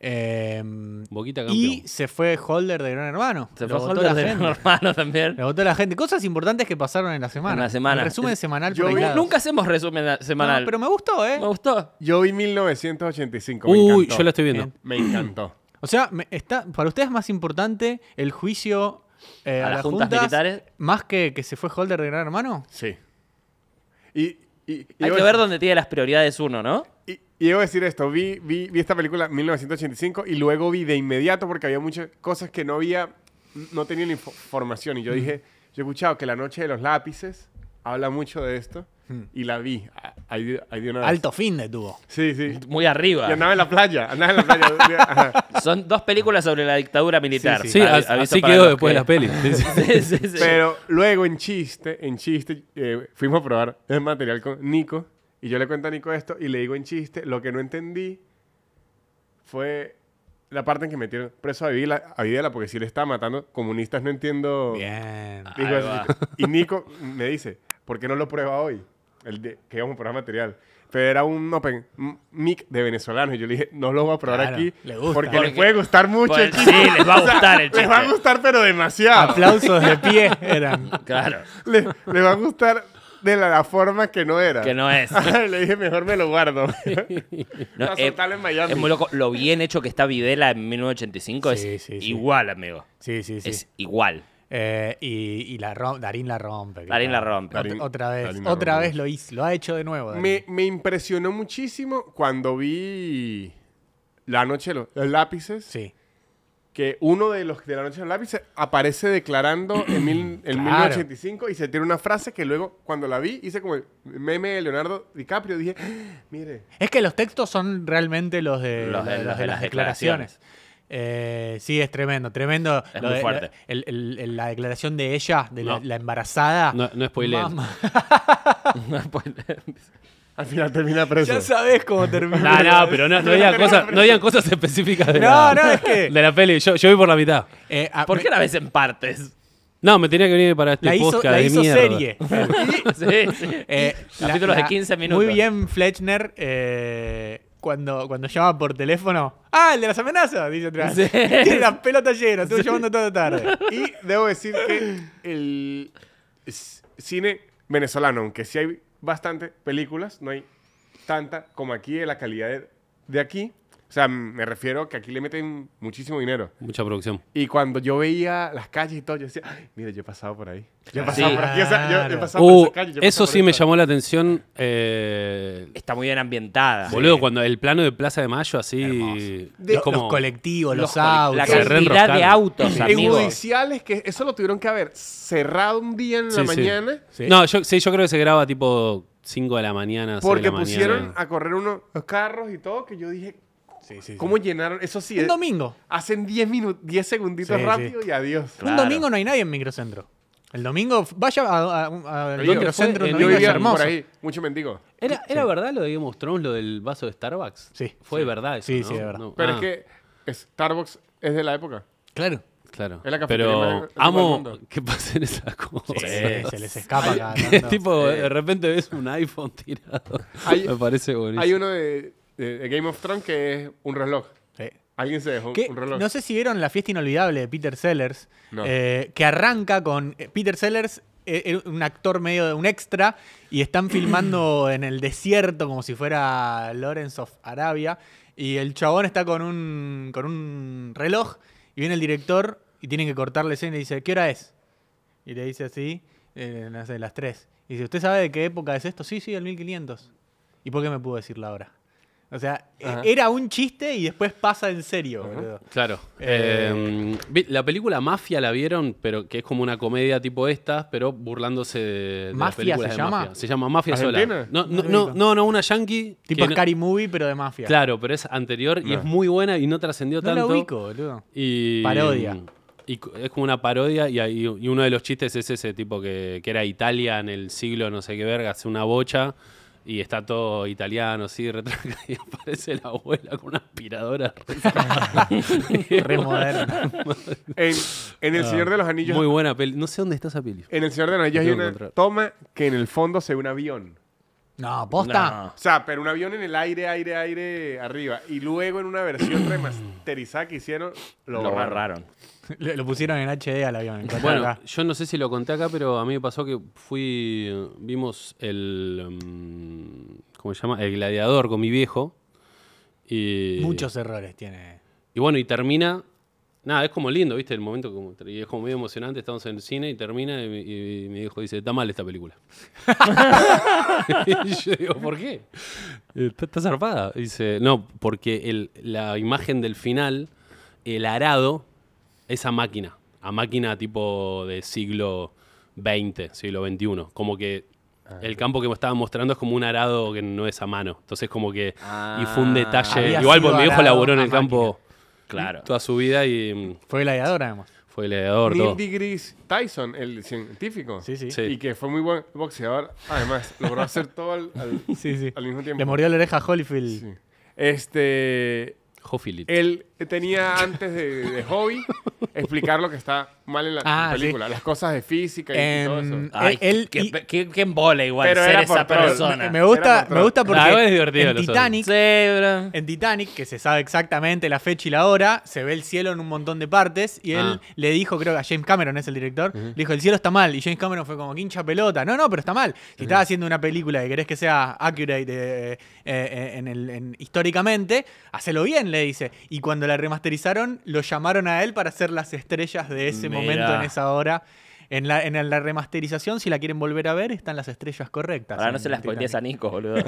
S1: Eh,
S3: boquita campeón.
S1: y se fue Holder de Gran Hermano.
S2: Se
S1: Lo
S2: fue
S1: votó
S2: Holder
S1: la
S2: de
S1: gente.
S2: hermano también.
S1: Lo votó la gente. Cosas importantes que pasaron en la semana.
S2: En la semana.
S1: El resumen
S2: Es-
S1: semanal
S4: yo
S1: por
S4: vi-
S1: ahí.
S2: Nunca hacemos resumen la- semanal.
S1: pero me gustó, ¿eh?
S2: me gustó.
S4: Yo vi 1985. me
S3: Uy,
S4: encantó.
S3: yo la estoy viendo.
S1: Bien.
S4: Me encantó.
S1: O sea, me- está, para ustedes es más importante el juicio eh,
S2: A
S1: a,
S2: las
S1: las
S2: juntas militares.
S1: más que que se fue Holder de Gran Hermano.
S4: Sí. Y, y- y
S2: Hay
S4: iba-
S2: que ver dónde tiene las prioridades uno, ¿no?
S4: Y, y debo decir esto, vi, vi, vi esta película 1985 y luego vi de inmediato porque había muchas cosas que no había, no tenía la info- información y yo dije, yo he escuchado que La Noche de los Lápices habla mucho de esto
S3: Hmm.
S4: y la vi. A- Ahí, de- ahí de una vez.
S1: Alto fin de tuvo.
S4: Sí, sí.
S2: Muy arriba.
S4: Y andaba en la playa, andaba en la playa. Ajá.
S2: Son dos películas sobre la dictadura militar.
S3: Sí,
S2: A-
S3: as-
S2: aviso
S3: así
S2: para
S3: quedó
S2: los
S3: después de
S2: que-
S3: la peli. Sí, sí.
S2: Sí, sí, sí.
S4: Pero luego en chiste, en chiste, eh, fuimos a probar el material con Nico y yo le cuento a Nico esto y le digo en chiste, lo que no entendí fue la parte en que metieron preso a Videla, a Videla porque si le estaba matando comunistas no entiendo.
S1: Bien.
S4: Digo
S2: Ahí
S4: así.
S2: va.
S4: y Nico me dice, ¿por qué no lo prueba hoy? El de- que íbamos a probar material. Pero era un open m- mic de venezolanos y yo le dije, no lo voy a probar
S1: Claro,
S4: aquí
S1: le gusta.
S4: porque,
S2: Porque-
S4: les puede gustar mucho
S2: Pues,
S4: el
S2: sí,
S4: chiste.
S2: les va a gustar el
S4: Les va a
S2: chiste.
S4: gustar, pero demasiado.
S1: Aplausos de pie eran.
S2: Claro,
S4: Le, le va a gustar de la, la forma que no era.
S2: que no es.
S4: le dije, mejor me lo guardo.
S2: No,
S4: Va a
S2: eh,
S4: soltarlo en Miami.
S2: es muy loco. Lo bien hecho que está Videla en 1985
S1: Sí,
S2: es
S1: sí, sí.
S2: igual, amigo.
S1: Sí, sí, sí.
S2: Es igual.
S1: Eh, y y la rom- Darín la rompe. que
S2: Darín la
S1: tal.
S2: rompe.
S1: Ot-
S4: Darín-
S1: otra vez.
S4: Darín la
S1: otra
S4: rompe.
S1: vez lo hizo. Lo ha hecho de nuevo. Darín.
S4: me, me impresionó muchísimo cuando vi La Noche de los los Lápices,
S1: Sí.
S4: que uno de los de La Noche de los Lápices aparece declarando en, mil, en
S1: Claro.
S4: 1985 y se tiene una frase que luego, cuando la vi, hice como el meme de Leonardo DiCaprio. Dije, "Ah, mire,
S1: Es que los textos son realmente los de,
S2: Los
S1: los de
S2: de- los de
S1: las
S2: las
S1: declaraciones. Eh, sí, es tremendo, tremendo.
S2: Es
S1: Lo
S2: muy
S1: de-
S2: fuerte.
S1: La, el- el- el- la declaración de ella, de la,
S3: No.
S1: la embarazada.
S3: No, no spoileen.
S1: Mamá,
S4: al final termina preso.
S1: ya sabés cómo termina.
S3: No, no, pero no, no digan cosas, no digan cosas específicas de,
S1: No,
S3: la,
S1: no, es que-
S3: de la peli. Yo, yo voy por la mitad.
S1: Eh, a-
S2: ¿Por
S1: me-
S2: qué la ves en partes?
S3: No, me tenía que venir para este
S1: la hizo,
S3: podcast
S1: la
S3: de
S1: hizo
S3: mierda.
S1: serie.
S2: Sí, sí.
S1: Eh, la-
S2: Capítulos de
S1: la-
S2: 15 minutos.
S1: Muy bien, Fletchner. eh, cuando, cuando llama por teléfono. ¡Ah, el de las amenazas! Dice atrás.
S2: Sí.
S1: Tiene la pelota llena, estuve llamando toda la tarde.
S4: Y debo decir que el c- cine venezolano, aunque sí hay bastante películas, no hay tanta como aquí de la calidad de, de aquí. O sea, m- me refiero que aquí le meten muchísimo dinero.
S3: Mucha producción.
S4: Y cuando yo veía las calles y todo, yo decía, "Ay, mira, yo he pasado por ahí. Yo he pasado
S2: Sí.
S4: por aquí. O sea, yo he
S1: Claro.
S4: pasado por
S3: Uh,
S4: esa calle. yo he
S3: eso
S4: pasado por
S3: sí me
S4: esta".
S3: llamó la atención. eh,
S2: Está muy bien ambientada.
S3: Boludo, cuando el plano de Plaza de Mayo así. es
S1: Los- los colectivos, los,
S2: Los-
S1: autos.
S2: La
S3: Se re
S2: cantidad
S3: enroscaron.
S2: de autos,
S4: En
S2: amigos.
S4: judiciales, que eso lo tuvieron que haber cerrado un día en la
S3: Sí, sí.
S4: mañana.
S1: Sí.
S3: No, yo, sí, yo creo que se graba tipo 5 de la mañana. seis de
S4: Porque
S3: la mañana.
S4: pusieron a correr unos carros y todo, que yo dije, ¿cómo llenaron? Eso sí, eh,
S1: Un
S4: es-
S1: domingo.
S4: Hacen 10 minutos, 10 segunditos
S1: Sí,
S4: rápido y adiós.
S2: Claro.
S1: Un domingo no hay nadie en microcentro. El domingo, f- vaya a- a- a- al
S4: Yo-
S1: microcentro
S3: fue-
S1: un
S3: yo
S4: Yo
S1: domingo, es
S4: vivía
S1: hermoso.
S4: por ahí, mucho mendigo.
S3: ¿Era, era verdad lo de Game of Thrones, lo del vaso de Starbucks?
S1: Sí.
S3: Fue de verdad eso,
S1: Sí,
S3: ¿no?
S1: sí, de verdad.
S3: No.
S4: Pero
S3: Ah,
S4: es que Starbucks es de la época.
S1: Claro.
S3: Claro.
S4: es la cafetería más-
S3: Pero
S4: más del
S3: amo
S4: mundo.
S3: que pasen esas cosas.
S1: Sí, se les escapa cada
S3: Que
S1: tanto.
S3: tipo, de repente ves un iPhone tirado.
S4: Hay-
S3: Me parece bonito.
S4: Hay uno de, de- de Game of Thrones que es un reloj.
S1: Sí.
S4: Alguien se dejó un-
S1: Que-
S4: un reloj.
S1: no sé si vieron la fiesta inolvidable de Peter Sellers,
S4: No.
S1: eh, que arranca con eh, Peter Sellers, eh, era un actor medio de un extra, y están filmando en el desierto como si fuera Lawrence of Arabia, y el chabón está con un, con un reloj, y viene el director, y tienen que cortar la escena, y dice, ¿qué hora es? Y le dice así, eh, no sé, las 3. Y dice, ¿usted sabe de qué época es esto? Sí, sí, el 1500. ¿Y por qué me pudo decir la hora? O sea, e-
S4: Ajá.
S1: era un chiste y después pasa en serio, boludo.
S3: Claro.
S1: Eh,
S3: Eh, vi- la película Mafia la vieron, pero que es como una comedia tipo esta, pero burlándose de, de las
S1: ¿Mafia
S3: películas
S1: se
S3: de
S1: llama?
S3: mafia. Se llama Mafia sola.
S4: ¿Argentina?
S3: No, no,
S1: No lo
S3: no,
S1: ubico.
S3: no, no, una yankee.
S1: Tipo
S3: que no-
S1: Scary Movie, pero de mafia.
S3: Claro, pero es anterior y
S4: No.
S3: es muy buena y no trascendió
S1: No
S3: tanto.
S1: la ubico, boludo.
S3: Y,
S1: Parodia.
S3: Y cu- es como una parodia y, hay- y uno de los chistes es ese tipo que, que era Italia en el siglo no sé qué verga, hace una bocha Y está todo italiano, así, retranca, y aparece la abuela con una aspiradora.
S1: Re moderno.
S4: En, en El Señor de los Anillos.
S3: Ah, Muy buena peli. No sé dónde está esa peli.
S4: En El Señor de los Anillos hay
S3: Tengo que
S4: una
S3: encontrar.
S4: toma que en el fondo se ve un avión.
S1: No, posta.
S4: O sea, pero un avión en el aire, aire, aire arriba. Y luego en una versión remasterizada que hicieron, lo,
S2: Lo,
S4: borraron.
S2: agarraron.
S1: Lo, lo pusieron en HD al avión. en 4K.
S3: Bueno, yo no sé si lo conté acá, pero a mí me pasó que fui. Vimos el. mm, ¿Cómo se llama? El gladiador con mi viejo. Y,
S1: Muchos errores tiene.
S3: Y bueno, y termina. Nada, es como lindo, ¿viste? El momento como. Y es como medio emocionante. Estamos en el cine y termina. Y, mi- y mi hijo dice: Está mal esta película. y yo digo: ¿Por qué? Está, está zarpada. Y dice: No, porque el- la imagen del final, el arado, es a máquina. A máquina tipo de siglo XX, siglo XXI. Como que. El campo que me estaban mostrando es como un arado que no es a mano. Entonces, como que. y fue un
S2: Ah.
S3: detalle.
S1: Había
S3: Igual,
S1: sido
S3: porque mi hijo
S1: arado
S3: laboró en
S1: a
S3: el campo
S2: Claro.
S3: toda su vida y mm,
S1: Fue gladiador, además.
S3: fue gladiador
S4: Neil
S3: todo.
S4: deGrasse Tyson, el científico.
S1: Sí, sí.
S3: Sí.
S4: Y que fue muy buen boxeador. Además, logró hacer todo al, al-
S1: Sí, sí.
S4: al mismo tiempo.
S1: Le murió la oreja a Holyfield.
S4: Sí. Este.
S3: Hofilit.
S2: Eh,
S4: Él tenía antes de, de hobby explicar lo que está mal en la en la
S1: Ah, sí.
S4: película, las cosas de física y,
S1: Em,
S4: todo eso.
S2: Ay,
S1: Él-
S2: qué,
S1: y-
S2: qué- qué embole igual
S4: Pero
S2: ser
S4: era
S2: esa
S4: por troll.
S2: persona.
S1: Eh, Me, me gusta,
S4: Era
S1: me gusta porque
S3: Ah, bueno, es divertido
S1: en
S3: los
S1: Titanic,
S2: Sí, bro.
S1: en Titanic, que se sabe exactamente la fecha y la hora, se ve el cielo en un montón de partes y él
S3: Ah.
S1: le dijo, creo que a James Cameron es el director, le dijo, el cielo está mal. Y James Cameron fue como, quincha pelota. No, no, pero está mal. Si estás haciendo una película que querés que sea accurate eh, eh, eh, en el- en- históricamente, hacelo bien, le dice. Y cuando la remasterizaron, lo llamaron a él para hacer las estrellas de ese
S2: Mirá.
S1: momento en esa hora. En la, en la remasterización, si la quieren volver a ver, están las estrellas correctas.
S2: Ahora no
S1: en
S2: se las
S1: Titanic.
S2: spoilees a Nico, boludo.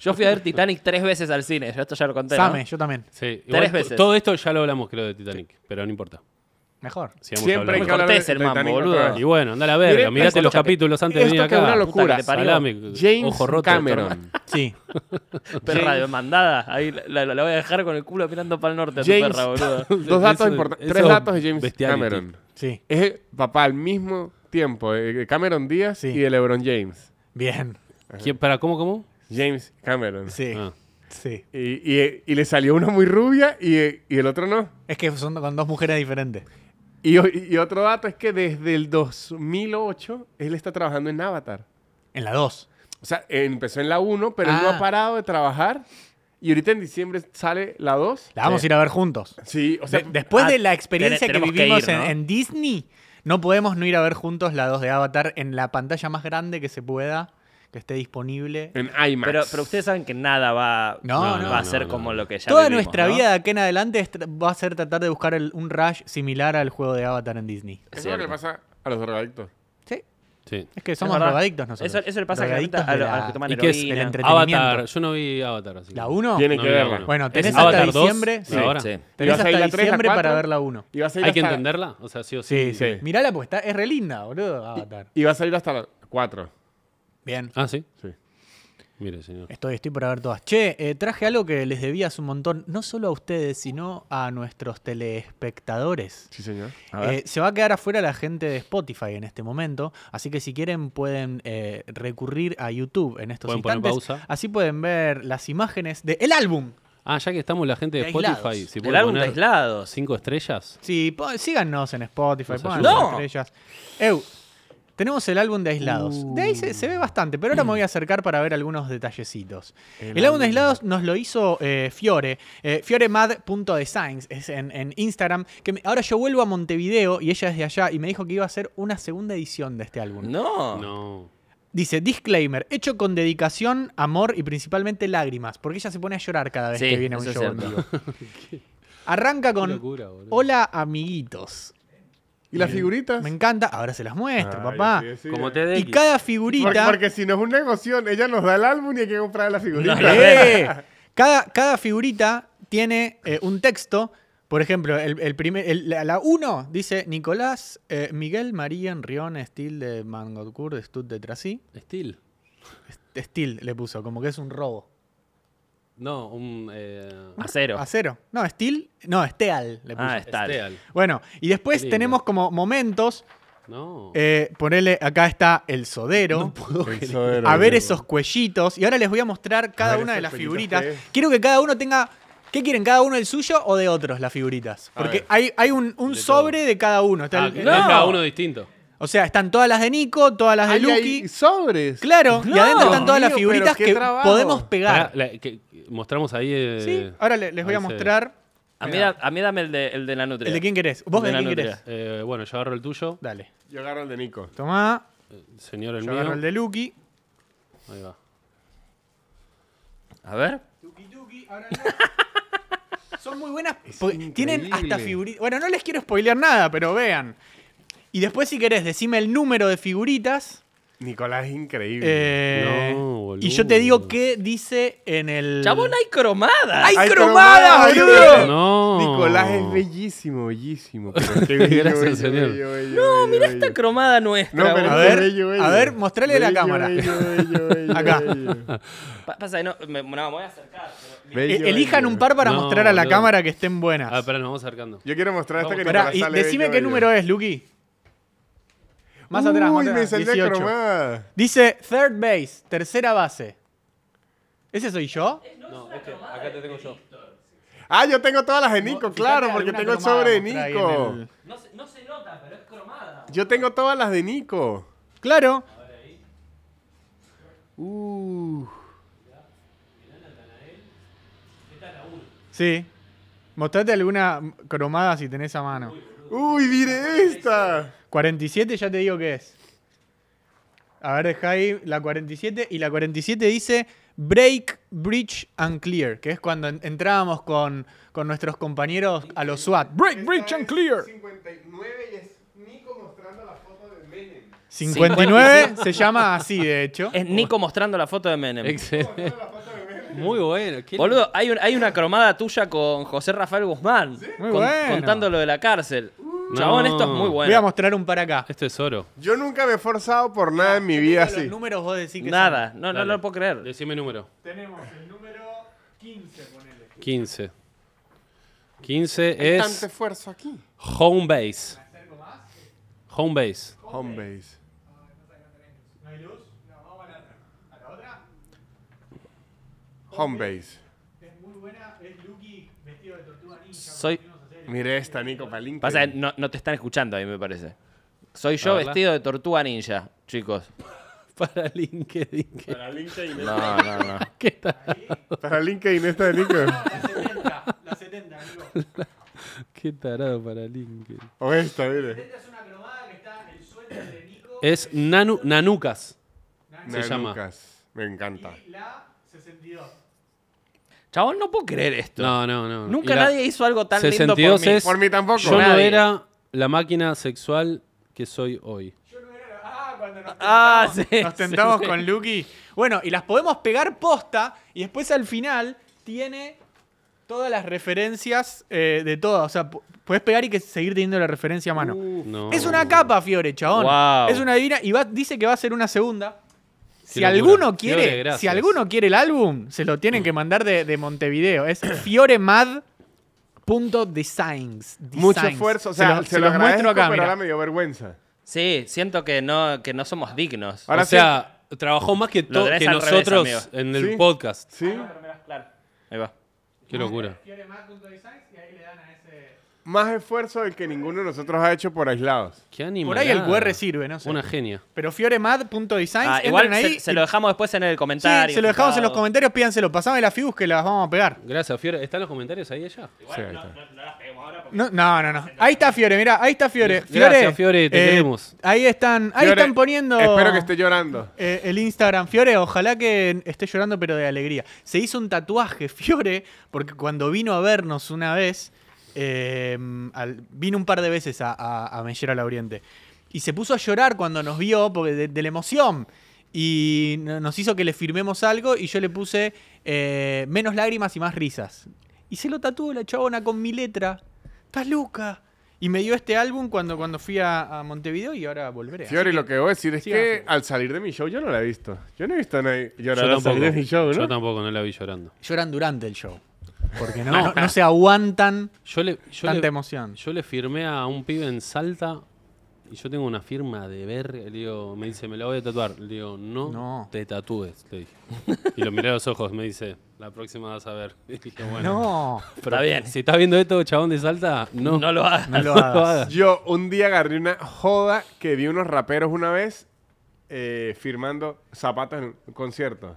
S2: yo fui a ver Titanic tres veces al cine. Yo esto ya lo conté. ¿no?
S1: Same, yo también.
S3: Sí, igual
S2: Tres
S3: to-
S2: veces.
S3: Todo esto ya lo hablamos, creo, de Titanic, pero no importa.
S1: Mejor.
S3: Sigamos
S4: Siempre hay
S3: hablando.
S4: que hablar
S2: Cortés,
S4: de
S2: el mambo,
S4: Titanic
S2: boludo.
S4: otra vez.
S3: Y bueno, anda a la verga,
S4: Mirá,
S3: mirate los
S2: escucha,
S3: capítulos antes de venir
S4: Esto que
S3: acá.
S4: es una
S2: Puta
S4: locura.
S2: que te parió.
S3: Salame,
S4: James
S3: ojo roto,
S4: Cameron.
S1: Sí.
S2: Perra demandada. Ahí la, la- la voy a dejar con el culo mirando para el norte a tu
S4: James-
S2: perra, boludo.
S4: Dos datos
S3: Eso-
S4: importantes.
S3: eso
S4: Tres datos de James
S3: bestiality.
S4: Cameron.
S1: Sí,
S4: Es el papá al mismo tiempo de de Cameron Díaz
S1: Sí.
S4: y de LeBron James.
S1: bien.
S2: Ah.
S3: ¿Quién, para, ¿Cómo, cómo?
S4: James Cameron.
S1: Sí,
S3: Ah.
S1: sí.
S4: Y, y- y le salió uno muy rubia y, y el otro no.
S1: Es que son con dos mujeres diferentes.
S4: Y, o- y otro dato es que desde el 2008 él está trabajando en Avatar.
S1: En la dos.
S4: O sea, empezó en la 1, pero él no
S1: Ah.
S4: ha parado de trabajar. Y ahorita en diciembre sale la 2.
S1: La vamos a ir a ver juntos.
S4: Sí, o sea,
S1: De- después
S2: ah,
S1: de la experiencia
S2: tene-
S1: que
S2: tenemos que
S1: vivimos
S2: ir,
S1: en-
S2: ¿no?
S1: en, Disney, no podemos no ir a ver juntos la 2 de Avatar en la pantalla más grande que se pueda, que esté disponible.
S4: en IMAX.
S2: Pero, pero ustedes saben que nada va,
S1: No,
S2: va
S1: no,
S2: a
S3: no,
S2: ser
S3: no.
S2: como lo que ya
S1: Toda
S2: vivimos,
S1: nuestra
S2: ¿no?
S1: vida de aquí en adelante es tra- va a ser tratar de buscar el- un rush similar al juego de Avatar en Disney.
S4: Eso es lo que le pasa a los drogadictos.
S1: Sí,
S3: Sí.
S1: es que somos
S2: verdad.
S1: drogadictos nosotros.
S2: Eso, eso le pasa generalmente
S1: Drogadictos
S2: a,
S1: de
S2: lo- a los
S1: la-
S2: que toman
S3: ¿Y qué es
S2: heroína.
S1: el entre- Entretenimiento.
S3: Avatar. Yo no vi Avatar. Así que-
S1: ¿La 1?
S4: Tiene
S3: No
S4: que
S3: vi la
S4: verla.
S3: uno.
S1: Bueno, tenés
S3: ¿Es
S1: hasta
S3: Avatar 2?
S1: diciembre.
S3: ¿La hora?
S2: Sí.
S1: Tenés
S4: ¿Y vas a ir
S1: hasta
S4: la tres, la
S1: diciembre para
S4: cuatro?
S1: ver la 1.
S4: Y va a salir
S3: ¿Hay que
S4: hasta-
S3: entenderla? O sea, sí o sí.
S1: Sí, sí.
S4: sí.
S1: Mirala porque está, es re linda, boludo, Avatar.
S4: Y va a salir hasta las 4.
S1: Bien.
S3: Ah, sí.
S4: Sí.
S3: Mire, señor.
S1: Estoy, estoy por ver todas. Che, eh, traje algo que les debía hace un montón, no solo a ustedes, sino a nuestros telespectadores.
S4: Sí, señor.
S1: Eh, se va a quedar afuera la gente de Spotify en este momento, así que si quieren pueden eh, recurrir a YouTube en estos
S3: Pueden poner
S1: instantes.
S3: pausa.
S1: Así pueden ver las imágenes del el álbum.
S3: Ah, ya que estamos la gente de
S1: De aislados.
S3: Spotify, si
S2: El
S3: puede
S2: álbum de
S3: poner
S2: aislados.
S3: cinco estrellas.
S1: Sí, po- síganos en Spotify,
S3: Nos
S1: pongan
S3: ayuda.
S1: las
S2: ¡No!
S1: estrellas. Eu, tenemos el álbum de Aislados. De ahí se, se
S3: Uh.
S1: ve bastante, pero ahora me voy a acercar para ver algunos detallecitos. El, álbum de Aislados nos lo hizo eh, Fiore. eh, Fioremad.designs es en, en Instagram. Que me- ahora yo vuelvo a Montevideo y ella es de allá y me dijo que iba a hacer una segunda edición de este álbum.
S2: No.
S3: No.
S1: Dice, disclaimer, hecho con dedicación, amor y principalmente lágrimas, porque ella se pone a llorar cada vez
S2: Sí,
S1: que viene a un
S2: eso es
S1: show en
S2: cierto.
S1: vivo. Arranca
S3: Qué
S1: con,
S3: locura, boludo.
S1: hola amiguitos. Eh,
S4: ¿Y las figuritas?
S1: Me encanta, ahora se las muestro,
S4: Ay,
S1: papá.
S4: así decía.
S3: Como
S1: Y
S3: TDX.
S1: cada
S4: Porque,
S1: figurita.
S4: porque si no es una negocio, ella nos da el álbum y hay que comprar las figuritas.
S2: No,
S1: ¡Eh! cada, cada figurita tiene eh, un texto. Por ejemplo, el, el primer, el- la- la 1 dice Nicolás, eh, Miguel, María, Rion, Steel de Mangocourt, de Stud de Trasí.
S3: Steel.
S1: Steel le puso, como que es un robo.
S3: No, un. Eh,
S2: Acero.
S1: Acero. No, Steel. No, Steal le puso.
S2: Ah, está.
S3: Steal.
S1: Bueno, y después
S3: Qué lindo.
S1: tenemos como momentos
S3: No.
S1: Eh, ponele, acá está el sodero.
S4: El sodero,
S1: a ver
S4: amigo.
S1: esos cuellitos. Y ahora les voy a mostrar cada
S4: A ver
S1: una de
S4: esos
S1: las
S4: cuellitos
S1: figuritas.
S4: que es.
S1: Quiero que cada uno tenga. ¿Qué quieren? ¿Cada uno el suyo o de otros las figuritas?
S4: A
S1: Porque
S4: ver.
S1: hay, hay un, un
S3: De
S1: sobre de cada uno. Está
S3: Ah,
S1: el-
S3: que
S1: el-
S2: no.
S3: tenga cada uno distinto.
S1: O sea, están todas las de Nico, todas las de
S4: Ahí hay
S1: Lucky.
S4: sobres.
S1: Claro, y
S2: No,
S1: adentro están todas las
S4: amigo,
S1: figuritas
S4: pero qué
S1: que
S4: trabajo.
S1: podemos pegar.
S3: Pará, la- que- mostramos ahí. eh,
S1: sí, ahora le- les voy a
S3: ahí se ve.
S1: mostrar.
S2: A mí, da- a mí dame el de, el de la nutria.
S1: ¿El de quién querés? ¿Vos
S2: De
S1: de
S2: la
S1: quién querés?
S2: nutria.
S3: Eh, bueno, yo agarro el tuyo.
S1: Dale.
S4: Yo agarro el de Nico.
S1: Tomá,
S3: Señor, el
S1: yo
S3: mío.
S1: agarro el de Lucky.
S3: Ahí va.
S2: A ver.
S1: Son muy buenas. porque Tienen
S4: increíble.
S1: hasta figuritas. Bueno, no les quiero spoilear nada, pero vean. Y después, si querés, decime el número de figuritas.
S4: Nicolás es increíble.
S1: eh,
S3: No, boludo.
S1: y yo te digo qué dice en el.
S2: Chabón, hay cromadas.
S1: ¡Hay
S4: ¡Hay
S1: cromadas,
S4: cromadas,
S1: boludo!
S3: No.
S4: Nicolás es bellísimo, bellísimo. Pero qué bello,
S3: Gracias,
S4: bello,
S3: señor.
S4: bello, no, mira
S2: Esta cromada nuestra.
S4: No, pero
S1: A
S2: boludo.
S4: qué
S1: ver,
S4: bello, bello.
S1: a ver, mostrale a la
S4: Bello,
S1: cámara.
S4: bello, bello, bello,
S1: Acá.
S4: bello.
S2: Pa- Pasa que no, me, no, me voy a acercar. pero-
S1: E-
S4: Bello,
S1: Elijan
S4: bello.
S1: un par para
S3: No,
S1: mostrar a la
S3: boludo.
S1: cámara que estén buenas.
S3: Ah, espera, nos vamos acercando.
S4: Yo quiero mostrar esta que
S1: Pará,
S4: Nicolás
S1: y
S4: sale
S1: decime
S4: bello,
S1: qué
S4: bello.
S1: número es, Luqui. Más atrás, más
S4: Uy, me
S1: atrás,
S4: salió
S1: 18.
S4: cromada.
S1: Dice third base, tercera base. ¿Ese soy yo?
S3: No, este, acá te tengo yo.
S4: Ah, yo tengo todas las de Nico, claro,
S1: Fíjate
S4: porque
S1: alguna
S4: tengo el
S1: cromada
S4: sobre de
S1: mostrá ahí
S4: Nico.
S1: en el-
S4: Yo tengo todas las de Nico.
S1: Claro.
S4: Uh.
S1: Sí. Mostrate alguna cromada si tenés a mano.
S4: Uy, mire esta.
S1: 47 ya te digo qué es. A ver, dejá ahí la 47. Y la 47 dice break, bridge and clear. Que es cuando en- entrábamos con, con nuestros compañeros a los SWAT. Break, bridge and clear.
S4: 59 y es Nico mostrando la foto de Menem.
S1: 59 se llama así, de hecho.
S2: Es Nico mostrando la foto de Menem.
S3: Excelente. Muy bueno. ¿Qué-
S2: Boludo, hay, un- hay una cromada tuya con José Rafael Guzmán.
S1: Muy
S2: con-
S1: bueno.
S2: Contando lo de la cárcel. Chabón, esto es muy bueno.
S1: Voy a mostrar un para acá.
S3: Esto este es oro.
S4: Yo nunca me he forzado por nada en mi vida
S1: Los
S4: así.
S1: números vos decís que
S2: Nada, no, no,
S3: Dale.
S2: no lo puedo creer.
S3: Decime número.
S1: Tenemos el número 15, ponele.
S3: 15. 15
S4: Hay tanto
S3: es
S4: esfuerzo aquí.
S3: home base. Home base.
S4: Home base.
S1: ¿No hay luz? No, vamos a la otra. ¿A la otra?
S4: Home base.
S1: Es muy buena, es Lucky vestido de tortuga ninja.
S2: Soy.
S4: Mire esta, Nico, para LinkedIn.
S2: Pasa que no, no te están escuchando ahí, me parece. Soy yo
S3: A verla.
S2: vestido de tortuga ninja, chicos.
S3: Para LinkedIn. que-
S4: Para LinkedIn.
S2: No, no, no.
S4: Para LinkedIn esta de Nico.
S1: La 70, la 70, amigo.
S3: Qué tarado para LinkedIn.
S4: O esta, mire.
S1: Esta es una cromada que está en el suéter de Nico.
S2: Eh.
S3: Es nanu- Nanucas. Se llama.
S4: Nanucas. Me encanta.
S1: La 62.
S2: Chabón, no puedo creer esto.
S3: No, no, no.
S2: Nunca
S3: Y la-
S2: nadie hizo algo tan lindo
S3: 62
S2: por mí.
S3: es-
S4: Por mí tampoco.
S3: Yo no
S2: Nadie.
S3: era la máquina sexual que soy hoy.
S1: Yo no era. Ah, cuando nos
S2: Ah,
S1: tentamos,
S2: sí,
S1: nos
S2: sí,
S1: tentamos
S2: sí.
S1: con Lucky. Bueno, y las podemos pegar posta y después al final tiene todas las referencias eh, de todas. O sea, pu- puedes pegar y que seguir teniendo la referencia a mano.
S3: No.
S1: Es una capa, Fiore, chabón.
S2: Guau.
S1: Es una divina. Y va- dice que va a ser una segunda. Si
S3: locura.
S1: alguno, quiere,
S3: Fiore, gracias.
S1: si alguno quiere el álbum, se lo tienen que mandar de, de Montevideo. Es fioremad.designs.
S4: Mucho
S1: Designs.
S4: esfuerzo. O sea, se, lo
S1: los
S4: agradezco, pero
S1: mirá.
S4: ahora me dio vergüenza.
S2: Sí, siento que no, que no somos dignos.
S4: Ahora
S3: o sea, trabajó más que, to-
S2: tenés
S3: que
S2: al revés,
S3: nosotros
S2: amigo.
S3: en el
S4: Sí.
S3: podcast.
S4: ¿Sí?
S2: Ahí
S1: Ah,
S2: va.
S3: Qué locura.
S1: fioremad.designs y ahí le dan a ese...
S4: Más esfuerzo del que ninguno de nosotros ha hecho por aislados.
S3: Qué animal.
S1: Por ahí el QR sirve, no sé.
S3: Una genia.
S1: Pero fioremad.designs,
S2: Ah,
S1: entran
S2: igual
S1: ahí.
S2: se, se
S1: y-
S2: lo dejamos después en el
S1: Sí,
S2: comentario.
S1: se lo dejamos en los
S2: fijado.
S1: comentarios, pídanselo. Pasame las fibus que las vamos a pegar.
S3: Gracias, Fiore. ¿Están los comentarios ahí ella?
S4: Sí, ahí está.
S1: No, no, no, no. Ahí está Fiore, mirá, ahí está Fiore. Fiore, eh,
S3: Gracias, Fiore, te queremos.
S1: Ahí están, ahí
S4: Fiore,
S1: están poniendo
S4: Espero que esté llorando.
S1: eh, el Instagram. Fiore, ojalá que esté llorando, pero de alegría. Se hizo un tatuaje, Fiore, porque cuando vino a vernos una vez, eh, al- vino un par de veces a, a, a Mellera La Oriente. Y se puso a llorar cuando nos vio, porque de, de la emoción. Y no- nos hizo que le firmemos algo y yo le puse eh, menos lágrimas y más risas. Y se lo tatuó la chabona con mi letra. Estás loca. Y me dio este álbum cuando, cuando fui a, a Montevideo y ahora volveré. Así
S4: Fiori, lo que voy a decir es
S1: Sí,
S4: que
S1: sí.
S4: al salir de mi show yo no la he visto. Yo no he visto a nadie
S3: Yo
S4: llorar al
S3: tampoco.
S4: salir de mi show,
S3: Yo
S4: ¿no?
S3: tampoco, no la vi llorando.
S1: lloran durante el show. Porque no, no- no se aguantan
S3: Yo le, yo
S1: tanta
S3: le-
S1: emoción.
S3: yo le firmé a un pibe en Salta y yo tengo una firma de ver, le digo, me dice, me la voy a tatuar. Le digo, no,
S1: No.
S3: te tatúes, le dije. Y lo miré a los ojos, me dice, la próxima vas a ver. Y dije, bueno.
S1: No.
S3: pero
S2: Está bien.
S3: Si estás viendo esto, chabón de Salta, no.
S2: No lo hagas.
S1: No lo hagas.
S4: Yo un día agarré una joda que vi unos raperos una vez eh, firmando zapatos en un concierto.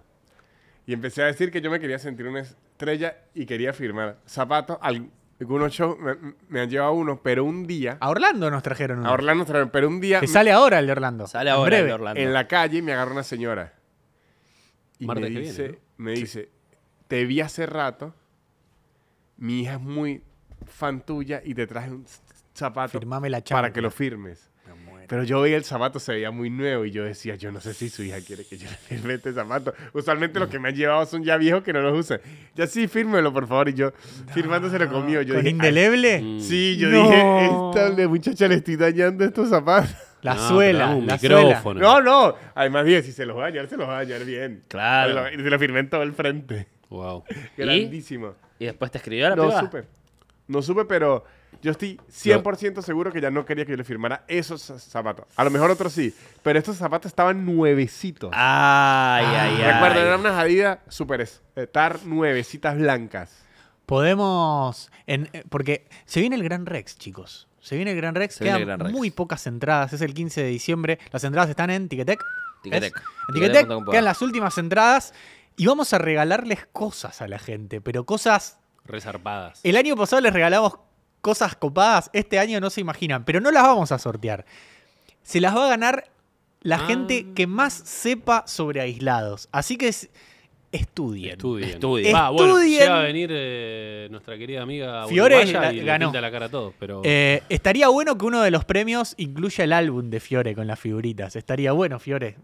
S4: Y empecé a decir que yo me quería sentir una estrella y quería firmar zapatos. Al- Algunos shows me, me han llevado uno, pero un día...
S3: Ah,
S1: A Orlando nos trajeron uno.
S4: A Orlando otra vez, pero un día
S1: Que sale ahora el de Orlando.
S2: Sale
S1: En
S2: ahora
S1: breve.
S2: el de Orlando.
S4: en la calle me agarró una señora. Y
S3: Martes
S4: me
S3: que viene,
S4: dice,
S3: ¿no?
S4: me dice, te vi hace rato, mi hija es muy fan tuya y te traje un zapato
S1: Firmame la chapa.
S4: para que lo firmes. Pero yo veía el zapato, se veía muy nuevo y yo decía, yo no sé si su hija quiere que yo le firme este zapato. Usualmente los que me han llevado son ya viejos que no los usan. Ya sí, fírmelo, por favor. Y yo, firmándoselo conmigo. Yo
S1: ¿Con
S4: dije,
S2: "Ah,
S1: indeleble?
S2: mm,
S3: Mm.
S4: "Ay, Sí, yo
S1: No.
S4: dije, esta muchacha le estoy dañando estos zapatos.
S1: La
S3: No,
S1: suela.
S3: pero un
S1: la
S3: micrófono.
S4: No, no. Además, bien, si se los va a dañar, se los va a dañar bien.
S2: Claro.
S4: Y se lo firmé en todo el frente.
S3: Wow.
S2: ¿Y?
S4: Grandísimo.
S2: ¿Y después te escribió la
S4: No
S2: piba?
S4: supe. No supe, pero yo estoy 100% seguro que ya no quería que yo le firmara esos za- zapatos. A lo mejor otros sí, pero estos zapatos estaban nuevecitos.
S2: Ay,
S1: Ah,
S2: ay, Ah, ay.
S4: Recuerda, eran unas Adidas super estar nuevecitas blancas.
S1: Podemos. en- eh, porque se viene el Gran Rex, chicos. Se viene el Gran Rex.
S2: Se viene
S1: Quedan
S2: el Gran Rex.
S1: muy pocas entradas. Es el 15 de diciembre. Las entradas están en Ticketek.
S2: Ticketek.
S1: ¿Es? En
S2: Ticketek
S1: Ticketek.
S2: punto com.
S1: Quedan las últimas entradas. Y vamos a regalarles cosas a la gente. Pero cosas.
S3: Resarpadas.
S1: El año pasado les regalamos cosas copadas. Este año no se imaginan. Pero no las vamos a sortear. Se las va a ganar la
S3: Ah.
S1: gente que más sepa sobre aislados. Así que es- estudien.
S3: Estudien.
S2: Estudien.
S3: Va, bueno,
S1: Estudien.
S3: llega a venir eh, nuestra querida amiga
S1: Fiore
S3: uruguaya
S1: la-
S3: y le
S1: ganó.
S3: pinta la cara a todos, pero
S1: Eh, estaría bueno que uno de los premios incluya el álbum de Fiore con las figuritas. Estaría bueno, Fiore.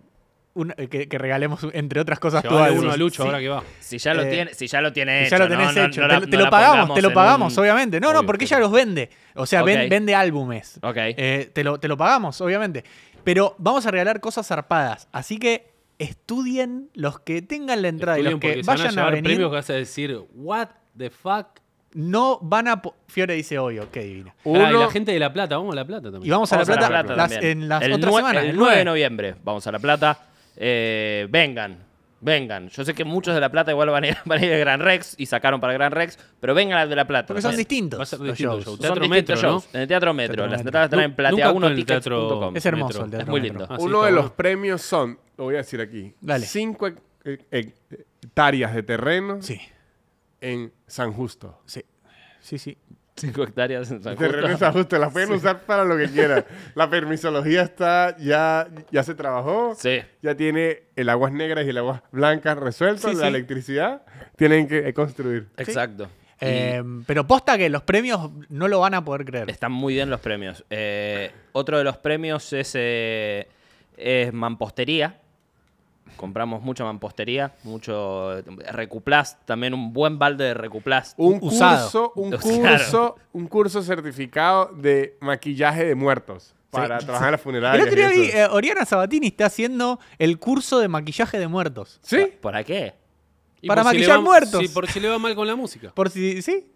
S1: Un- eh, que, que regalemos, entre otras cosas, tu
S3: llevale
S1: álbum.
S3: uno a Lucho
S1: Sí.
S3: ahora que va.
S2: Si ya lo
S1: Eh,
S2: tiene, si ya lo tiene
S1: Y
S2: hecho.
S1: ya lo
S2: ¿no?
S1: tenés
S2: No-
S1: hecho.
S2: no
S1: te,
S2: la-
S1: lo- te
S2: no
S1: lo
S2: la
S1: pagamos,
S2: pongamos
S1: te lo
S2: en
S1: pagamos,
S2: un-
S1: obviamente. No, no,
S3: Obvio,
S1: porque
S3: pero-
S1: ella los vende. O sea, ven-
S2: Ok.
S1: vende álbumes.
S2: Ok.
S1: Eh, te, lo, te lo pagamos, obviamente. Pero vamos a regalar cosas zarpadas. Así que estudien los que tengan la entrada y
S3: Estudien
S1: los que
S3: porque se van a
S1: vayan a,
S3: llevar
S1: venir.
S3: premios que vas a decir, what the fuck.
S1: No van a... po- Fiore dice obvio, qué divina.
S3: Pará, y
S4: Uno-
S3: la gente de La Plata, vamos a La Plata también.
S1: Y vamos, a La
S2: Vamos
S1: Plata, las-
S2: también.
S1: en las
S2: el
S1: otras
S2: nue-
S1: semanas.
S2: El
S1: el
S2: 9
S1: 9.
S2: de noviembre vamos a La Plata. Eh, vengan, vengan. Yo sé que muchos de La Plata igual van a ir, van a ir a Gran Rex y sacaron para Gran Rex, pero vengan al de La Plata.
S1: Porque son
S2: también.
S1: distintos.
S3: Va a ser
S1: los
S3: distinto el
S1: shows.
S3: show.
S2: Son
S3: Teatro
S2: distintos
S3: Metro,
S2: shows. En el Teatro Metro.
S1: Teatro
S2: las
S1: Metro.
S2: entradas están
S3: Nu-
S2: en
S3: nunca actuó en el
S2: platea1tickets.com.
S1: Es hermoso el
S2: Es
S1: teatro.
S2: muy
S1: Metro.
S2: lindo.
S3: Ah, sí,
S4: Uno
S3: está
S4: de los
S3: bueno.
S4: premios son, lo voy a decir aquí,
S1: Dale.
S4: 5 eh, hectáreas de terreno
S1: Sí,
S4: en San Justo.
S1: sí. Sí, sí.
S2: 5 hectáreas en San
S4: Terreno en
S2: Justo.
S4: San Justo, la pueden usar para lo que quieran. La permisología está, ya, ya se trabajó,
S2: Sí.
S4: ya tiene el aguas negras y el aguas blancas resuelto,
S1: Sí,
S4: la
S1: sí.
S4: electricidad, tienen que eh, construir.
S2: Exacto. Y
S1: Eh, pero posta que los premios no lo van a poder creer.
S2: Están muy bien los premios. Eh, otro de los premios es, eh, es mampostería. Compramos mucha mampostería, mucho recuplast, también un buen balde de recuplast.
S4: Un
S1: Usado.
S4: curso, un
S2: Claro.
S4: curso, un curso certificado de maquillaje de muertos para trabajar en la
S1: El
S4: funeraria.
S1: otro día vi,
S4: ¿Sí?
S1: eh, Oriana Sabatini está haciendo el curso de maquillaje de muertos.
S4: ¿Sí?
S2: ¿Para qué?
S3: Y
S1: para
S3: por si le
S1: maquillar
S3: va-
S1: muertos.
S3: Sí, por si le va mal con la música.
S1: Por si, ¿sí?